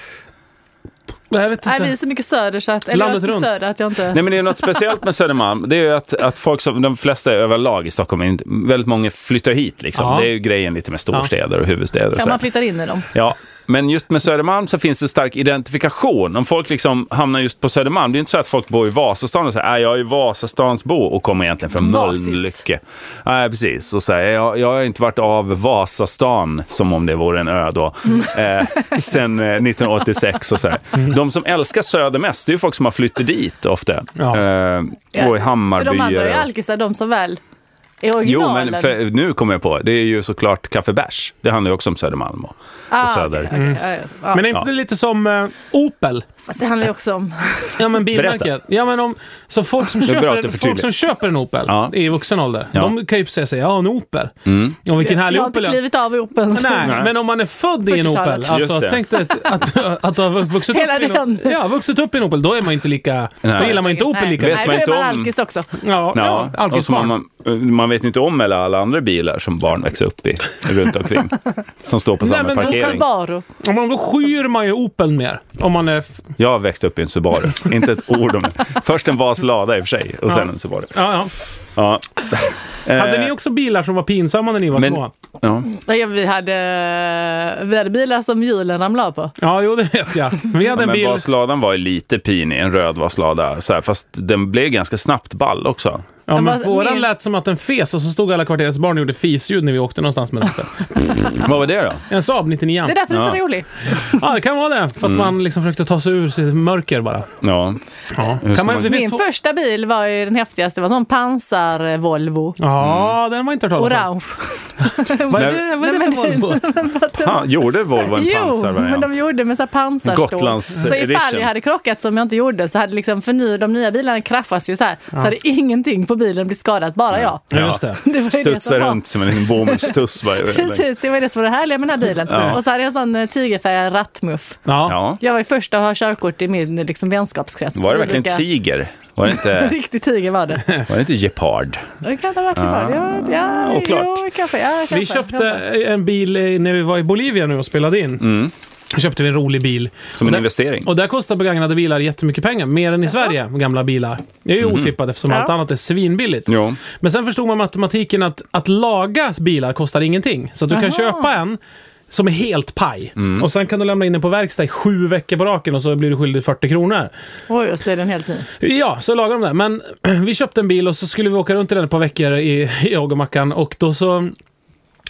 Speaker 2: Jag vet
Speaker 4: Nej, vi
Speaker 2: inte.
Speaker 4: är så mycket söder så att... Eller
Speaker 2: Landet
Speaker 4: jag är så
Speaker 2: runt.
Speaker 4: söder att jag inte...
Speaker 3: Nej, men det är något speciellt med Södermalm. Det är ju att, att folk som, de flesta överlag i Stockholm, är inte- väldigt många flyttar hit liksom.
Speaker 2: Ja.
Speaker 3: Det är ju grejen lite med storstäder och huvudstäder. Och
Speaker 4: Ja,
Speaker 3: sådär.
Speaker 4: man flyttar in i dem.
Speaker 3: Ja, men just med Södermalm så finns det stark identifikation. Om folk liksom hamnar just på Södermalm, det är ju inte så att folk bor i Vasastan och säger "Äh, jag är Vasastansbo och kommer egentligen från
Speaker 4: Vasis.
Speaker 3: Mölnlycke. Nej, precis. Och säger jag, jag har inte varit av Vasastan, som om det vore en ö då,
Speaker 4: Mm.
Speaker 3: eh, sen eh, 1986 och sådär. De som älskar Söder mest, det är ju folk som har flyttat dit ofta.
Speaker 2: Ja.
Speaker 3: Eh, och i
Speaker 4: För
Speaker 3: Hammarby.
Speaker 4: de andra är ju
Speaker 3: och-
Speaker 4: alkisar, de som väl är
Speaker 3: Jo,
Speaker 4: originalen.
Speaker 3: men för, nu kommer jag på, det är ju såklart kaffebärs. Det handlar ju också om Södermalm och, och Söder.
Speaker 4: Ah, okej, okej, ja, ja, ja.
Speaker 2: Men är inte det lite som eh, Opel?
Speaker 4: Fast det handlar ju också om...
Speaker 2: Ja men bilmärket. Ja men om, så folk som,
Speaker 3: är bra att
Speaker 2: köper,
Speaker 3: du
Speaker 2: en- folk
Speaker 3: förtydligar.
Speaker 2: som köper en Opel
Speaker 3: Ja.
Speaker 2: i vuxen ålder,
Speaker 3: Ja. Mm.
Speaker 2: de kan ju säga sig, ja en Opel. Ja vilken härlig
Speaker 4: Jag har
Speaker 2: Opel.
Speaker 4: inte
Speaker 2: ja.
Speaker 4: klivit av i Opeln.
Speaker 2: Nej,
Speaker 3: Nej.
Speaker 2: men om man är född i en Opel,
Speaker 4: 40-talet.
Speaker 2: alltså
Speaker 3: Just det.
Speaker 2: tänk dig att, att, att du har vuxit upp,
Speaker 4: Hela
Speaker 2: i en,
Speaker 4: den.
Speaker 2: Opel- ja, vuxit upp i en Opel, då är man ju inte lika, då
Speaker 3: Nej.
Speaker 2: gillar man ju inte Opel lika
Speaker 3: Vet
Speaker 2: mycket.
Speaker 4: Nej,
Speaker 3: man
Speaker 4: då
Speaker 3: inte
Speaker 4: är man
Speaker 3: om-
Speaker 4: alkis också.
Speaker 2: Ja, ja,
Speaker 3: Ja, och så
Speaker 2: alkisbarn.
Speaker 3: man, man, man vet ju inte om alla, alla andra bilar som barn växer upp i runt omkring. som står på
Speaker 2: Nej,
Speaker 3: samma
Speaker 2: men då ska
Speaker 3: parkering.
Speaker 4: Subaru.
Speaker 2: Ja, men Då skyr man ju Opeln mer. Om man är... f-
Speaker 3: Jag växte upp i en Subaru. inte ett ord om det. Först en Vas lada i och för sig och sen en Subaru.
Speaker 2: Ja,
Speaker 3: Ja.
Speaker 2: ja. Hade ni också bilar som var pinsamma när ni var
Speaker 3: Eh. Men-
Speaker 2: små?
Speaker 3: Ja.
Speaker 4: Nej, Vi hade, vi hade bilar som hjulen ramlade av på.
Speaker 2: Ja, jo det vet jag. Vi hade en
Speaker 3: Men
Speaker 2: bil...
Speaker 3: Vasladan var ju lite pinig, en röd Vaslada. Så här, fast den blev ganska snabbt ball också.
Speaker 2: Ja,
Speaker 4: Den
Speaker 2: men
Speaker 4: var-
Speaker 2: våran
Speaker 4: min-
Speaker 2: lät som att den fes och så stod alla kvarterets barn och gjorde fisljud när vi åkte någonstans med den. sen.
Speaker 3: Vad var det då?
Speaker 2: En Saab 99.
Speaker 4: Det är därför du är så
Speaker 3: Ja.
Speaker 4: rolig.
Speaker 2: Ja, det kan vara det. För att
Speaker 3: Mm.
Speaker 2: man liksom försökte ta sig ur sitt mörker bara.
Speaker 3: Ja,
Speaker 2: Ja,
Speaker 3: ska
Speaker 2: kan man,
Speaker 3: man-
Speaker 2: det
Speaker 4: Min
Speaker 2: finns två-
Speaker 4: första bil var ju den häftigaste. Det var en sån pansar-Volvo.
Speaker 2: Ja, den var inte hört talas om.
Speaker 4: Orange.
Speaker 2: Vad är
Speaker 3: Nej.
Speaker 2: det, vad är det för Volvo?
Speaker 3: han, gjorde Volvo en
Speaker 4: Jo, men de
Speaker 3: pansarvariant?
Speaker 4: gjorde med så här pansarstål.
Speaker 3: Gotlands eh,
Speaker 4: så ifall
Speaker 3: edition.
Speaker 4: jag hade krockat som jag inte gjorde så hade liksom, för nu, de nya bilarna kraschas ju så här. Så hade ingenting på bilen blivit skadat, bara jag.
Speaker 2: Ja, just det.
Speaker 4: Det var ju det som
Speaker 3: Studsade
Speaker 4: var-
Speaker 3: runt som en liten bomullstuss. bara.
Speaker 4: Precis, det var det som var det härliga med den här bilen.
Speaker 3: Ja.
Speaker 4: Och så hade jag en sån eh, tigerfärgad rattmuff.
Speaker 2: Ja.
Speaker 3: Ja.
Speaker 4: Jag var ju första att ha körkort i min eh, liksom, vänskapskrets.
Speaker 3: Var det
Speaker 4: Vi
Speaker 3: verkligen
Speaker 4: brukar-
Speaker 3: tiger? Var det inte,
Speaker 4: Riktig tiger var det.
Speaker 3: var det inte gepard?
Speaker 4: Det kan inte ha varit ja. Ja, ja,
Speaker 3: oklart.
Speaker 4: Jo, kanske, ja, kanske,
Speaker 2: Vi köpte en bil eh, när vi var i Bolivia nu och spelade in. Då köpte vi en rolig bil.
Speaker 3: Som
Speaker 2: Och
Speaker 3: en
Speaker 2: där-
Speaker 3: investering?
Speaker 2: Och där kostar begagnade bilar jättemycket pengar. Mer än i Sverige, gamla bilar. Det är ju otippat eftersom
Speaker 4: Ja.
Speaker 2: allt annat är svinbilligt.
Speaker 3: Ja.
Speaker 2: Men sen förstod man matematiken att, att laga bilar kostar ingenting. Så att du kan köpa en som är helt paj. Och sen kan du lämna in den på verkstad i sju veckor på raken och så blir du skyldig 40 kronor.
Speaker 4: Oj, och så är den helt ny.
Speaker 2: Ja, så lagade de det. Men vi köpte en bil och så skulle vi åka runt i den ett par veckor, i, jag och Mackan. Och då så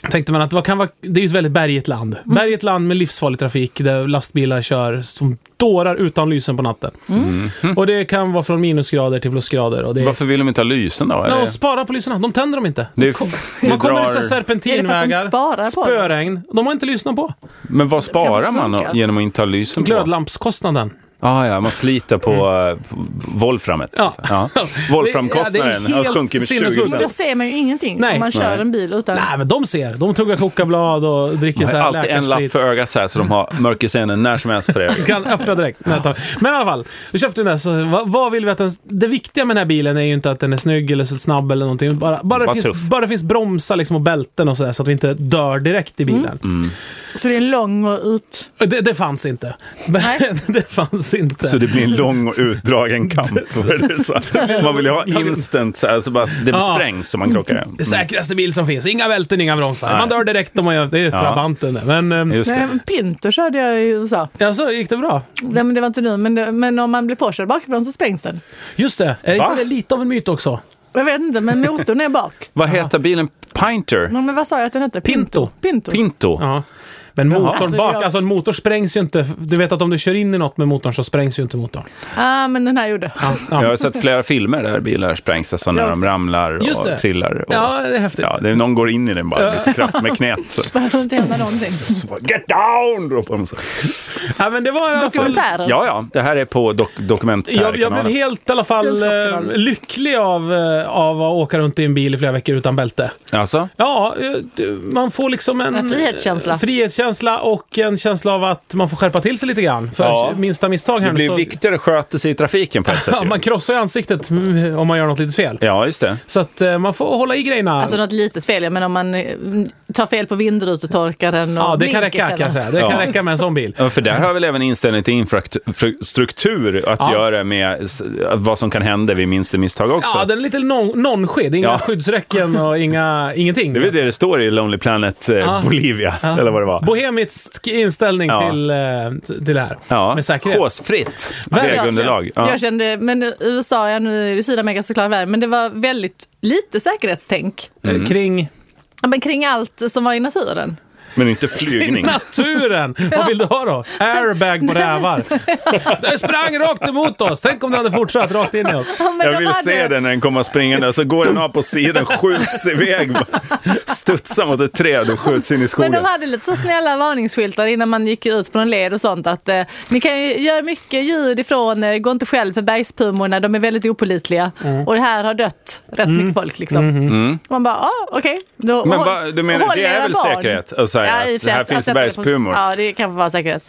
Speaker 2: tänkte man att vad kan vara, det är ju ett väldigt bergigt land.
Speaker 4: Mm.
Speaker 2: Bergigt land med livsfarlig trafik där lastbilar kör som dårar utan lysen på natten.
Speaker 4: Mm.
Speaker 3: Mhm.
Speaker 2: Och det kan vara från minusgrader till plusgrader. Och det är,
Speaker 3: Varför vill de inte ha lysen då? Är
Speaker 2: Nej, de
Speaker 3: det-
Speaker 2: sparar på lyserna. De tänder dem inte.
Speaker 3: Det är- eh. det
Speaker 2: man kommer i
Speaker 3: drar-
Speaker 2: så här
Speaker 4: Är
Speaker 2: serpentinvägar,
Speaker 4: det för att de sparar på det?
Speaker 2: spöregn. De har inte lyssnat på.
Speaker 3: Men vad sparar
Speaker 4: kan
Speaker 3: man
Speaker 4: funka.
Speaker 3: genom att inte ha lysen på?
Speaker 2: Glödlampskostnaden.
Speaker 3: Ah, ja, man sliter på mm. volframet.
Speaker 2: Ja.
Speaker 3: Ja. Volframkostnaden
Speaker 2: Det är- ja, det är
Speaker 3: har
Speaker 2: helt
Speaker 3: sjunkit med 20
Speaker 2: sinnessjukt.
Speaker 4: Men då ser man ju ingenting
Speaker 2: Nej.
Speaker 4: om man kör
Speaker 3: Nej.
Speaker 4: en bil utan.
Speaker 2: Nej, men de ser. De tuggar kokablad och dricker
Speaker 3: Jag
Speaker 2: så
Speaker 3: har
Speaker 2: här
Speaker 3: alltid en lapp
Speaker 2: läkarsprit.
Speaker 3: för ögat så här så de har mörkerscenen när som helst på det.
Speaker 2: kan öppna direkt. när jag tar- Men i alla fall, då köpte vi den där. Så vad, vad vill vi att den... Det viktiga med den här bilen är ju inte att den är snygg eller så snabb eller någonting. Bara, bara, det,
Speaker 3: Bara
Speaker 2: finns,
Speaker 3: tuff.
Speaker 2: bara det finns bromsar liksom och bälten och sådär så att vi inte dör direkt i
Speaker 4: Mm.
Speaker 2: bilen.
Speaker 3: Mm.
Speaker 4: Så det är en lång och ut.
Speaker 2: Det, det fanns inte. det fanns inte.
Speaker 3: Så det blir en lång och utdragen kamp. För det, så att man vill ju ha instant, så här, så bara, det
Speaker 2: Ja. Mm.
Speaker 3: sprängs om man krockar.
Speaker 2: Det säkraste bil som finns. Inga bälten, inga bromsar. Man dör direkt om man gör... Det är ju trabanten det. Men... ehm,
Speaker 3: Mm. Just
Speaker 4: Nej,
Speaker 3: det.
Speaker 4: men Pinto körde jag i USA.
Speaker 2: Alltså, gick det bra?
Speaker 4: Nej, men det var inte nu, men, det, men om man blir påkörd bakifrån så sprängs den.
Speaker 2: Just det. Är
Speaker 3: Va?
Speaker 2: inte det lite av en myt också?
Speaker 4: Jag vet inte, men motorn är bak.
Speaker 3: Vad heter bilen? Pinter?
Speaker 4: Ja, men vad sa jag att den hette?
Speaker 2: Pinto.
Speaker 4: Pinto.
Speaker 3: Pinto?
Speaker 2: Ja. Men motorn
Speaker 4: Alltså,
Speaker 2: bak,
Speaker 4: jag-
Speaker 2: alltså en motor sprängs ju inte. Du vet att om du kör in i något med motorn så sprängs ju inte motorn.
Speaker 4: Ah, men den här gjorde.
Speaker 2: Ja,
Speaker 3: Jag
Speaker 2: ja.
Speaker 3: har sett flera filmer där bilar sprängs, alltså när
Speaker 4: Ja.
Speaker 3: de ramlar
Speaker 2: Just det.
Speaker 3: och trillar. Och,
Speaker 2: ja det är häftigt.
Speaker 3: ja, det är, någon går in i den bara, lite kraft med knät. Så,
Speaker 4: Det behöver inte hända någonting.
Speaker 3: så bara, Get down! ropar de så.
Speaker 2: Ja, men det var i alla fall...
Speaker 4: Dokumentärer.
Speaker 3: Ja, ja, det här är på dok- dokument här
Speaker 2: Jag,
Speaker 3: i
Speaker 2: jag blev
Speaker 3: kanalen.
Speaker 2: helt i alla fall eh, lycklig av, eh, av att åka runt i en bil i flera veckor utan bälte.
Speaker 3: Alltså?
Speaker 2: Ja, eh, du- man får liksom en,
Speaker 4: En frihetskänsla.
Speaker 2: eh, frihetskänsla och en känsla av att man får skärpa till sig lite grann. För
Speaker 3: Ja.
Speaker 2: minsta misstag här
Speaker 3: Det
Speaker 2: nu
Speaker 3: blir viktigare att sköta sig i trafiken på ett sätt.
Speaker 2: Ja,
Speaker 3: ju.
Speaker 2: man krossar ju ansiktet mm, om man gör något litet fel.
Speaker 3: Ja, just det.
Speaker 2: Så att eh, man får hålla i grejerna.
Speaker 4: Alltså något litet fel, jag menar om man eh, tar fel på vindrutetorkaren och
Speaker 2: ja, det kan
Speaker 4: blinkersen.
Speaker 2: räcka kan jag säga. Det
Speaker 3: Ja.
Speaker 2: kan räcka med en sån bil.
Speaker 3: Ja, för där har väl även inställning till infrastruktur att
Speaker 2: Ja.
Speaker 3: göra med s- vad som kan hända vid minsta misstag också.
Speaker 2: Ja, den är lite non- nonchig. Det är inga
Speaker 3: Ja.
Speaker 2: skyddsräcken och inga, ingenting.
Speaker 3: Det är väl det det står i Lonely Planet eh,
Speaker 2: Ja.
Speaker 3: Bolivia, eller vad det var.
Speaker 2: Bohemisk inställning
Speaker 3: Ja.
Speaker 2: till, eh, till det här.
Speaker 3: Ja,
Speaker 2: Med säkerhet.
Speaker 3: håsfritt
Speaker 2: Verkligen.
Speaker 3: vägunderlag. Ja.
Speaker 4: Jag kände, men USA, ja nu är det Sydamerika såklart värre, men det var väldigt lite säkerhetstänk.
Speaker 3: mm.
Speaker 2: Eh, Kring
Speaker 4: Ja, men kring allt som var i naturen.
Speaker 3: Men inte flygning.
Speaker 2: naturen. Vad vill du ha då? Airbag på rävar. Den sprang rakt emot oss. Tänk om den hade fortsatt rakt in i oss.
Speaker 4: Ja, men
Speaker 3: Jag
Speaker 4: de
Speaker 3: vill
Speaker 4: hade-
Speaker 3: se den när den kommer springande, så går den av på sidan, skjuts iväg, bara. studsar mot ett träd och skjuts in i
Speaker 4: Men
Speaker 3: skogen.
Speaker 4: de hade lite så snälla varningsskyltar innan man gick ut på någon led och sånt att eh, ni kan ju göra mycket ljud ifrån er, gå inte själv för bergspumorna, de är väldigt opolitliga.
Speaker 2: Mm.
Speaker 4: Och det här har dött rätt mycket folk liksom. Och Man bara, ja ah, okej. Då-
Speaker 3: Mm. Men
Speaker 4: håll-
Speaker 3: vad- du menar,
Speaker 4: håll
Speaker 3: det är
Speaker 4: era
Speaker 3: väl säkerhet att säga
Speaker 4: i och
Speaker 3: att
Speaker 4: för sig,
Speaker 3: här finns
Speaker 4: sätta det på-
Speaker 3: bergspumor?
Speaker 4: Ja, det kanske var säkerhet.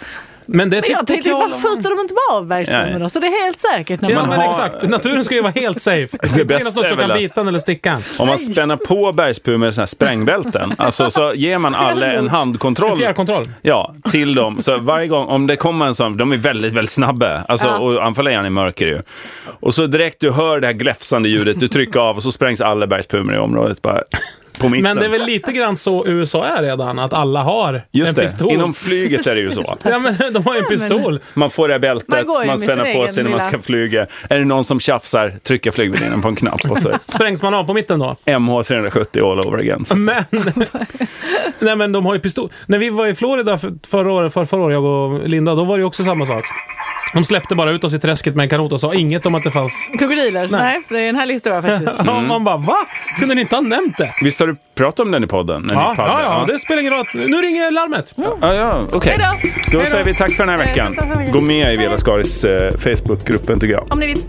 Speaker 2: Men det
Speaker 4: Men jag
Speaker 2: tyckte
Speaker 4: tänkte,
Speaker 2: jag-
Speaker 4: varför skjuter de inte bara av bergspumorna?
Speaker 3: Nej.
Speaker 4: Så det är helt säkert. När
Speaker 2: Ja,
Speaker 4: man
Speaker 2: men
Speaker 3: har-
Speaker 2: exakt. Naturen ska ju vara helt safe. Det ska inte
Speaker 3: bästa
Speaker 2: finnas något
Speaker 3: är
Speaker 2: som
Speaker 3: väl
Speaker 2: kan
Speaker 3: att-
Speaker 2: bita en eller sticka en.
Speaker 3: Om man spänner på bergspumor med såna här sprängbälten, alltså, så ger man alla en handkontroll.
Speaker 2: Fjärrkontroll.
Speaker 3: Ja, till dem. Så varje gång, om det kommer en sån, de är väldigt, väldigt snabba. Alltså,
Speaker 4: Ja.
Speaker 3: och anfaller gärna i mörker ju. Och så direkt du hör det här gläfsande ljudet, du trycker av och så sprängs alla bergspumor i området bara på mitten.
Speaker 2: Men det är väl lite grann så USA är redan, att alla har en
Speaker 3: Just det,
Speaker 2: pistol.
Speaker 3: inom flyget är det ju så.
Speaker 2: Ja, men de har ju en
Speaker 4: men-
Speaker 2: pistol.
Speaker 3: Man får det här bältet,
Speaker 4: Man går
Speaker 3: man,
Speaker 4: ju med sin
Speaker 3: spänner på
Speaker 4: egen
Speaker 3: sig när man
Speaker 4: lilla-
Speaker 3: ska flyga. Är det någon som tjafsar, trycka flygvärdinnan på en knapp och så
Speaker 2: Sprängs man av på mitten då?
Speaker 3: MH370 all over again. Så. att säga.
Speaker 2: Men, nej men de har ju pistol. När vi var i Florida för, förra året, för, förra året, jag och Linda, då var det ju också samma sak. De släppte bara ut oss i träsket med en kanot och sa inget om att det fanns...
Speaker 4: Krokodiler? Nej. det är en härlig historia faktiskt.
Speaker 2: Ja, man bara va? Kunde ni inte ha nämnt det?
Speaker 3: Visst har du pratat om den i podden? När
Speaker 2: Ja,
Speaker 3: ni
Speaker 2: ja,
Speaker 3: paddlar?
Speaker 2: ja, det spelar ingen roll. att- Nu ringer larmet.
Speaker 3: Ja, ja, okej.
Speaker 4: Hej
Speaker 3: Då säger vi tack för den här
Speaker 4: Eh,
Speaker 3: veckan.
Speaker 4: tack för den här veckan.
Speaker 3: Gå med i Vela Skaris eh, Facebookgruppen tycker jag.
Speaker 4: Om ni vill.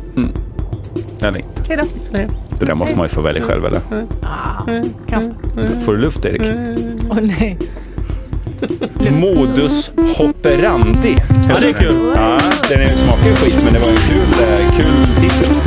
Speaker 3: Eller inte.
Speaker 4: Hej då.
Speaker 3: Det där måste man ju få välja själv eller?
Speaker 4: Ah, Kanske.
Speaker 3: Får du luft
Speaker 2: Mm.
Speaker 3: Erik?
Speaker 4: Åh nej.
Speaker 3: Modus hopperandi.
Speaker 2: Ja, det är kul.
Speaker 3: Ja, den är- smakar ju skit men det var en kul, eh, kul titel.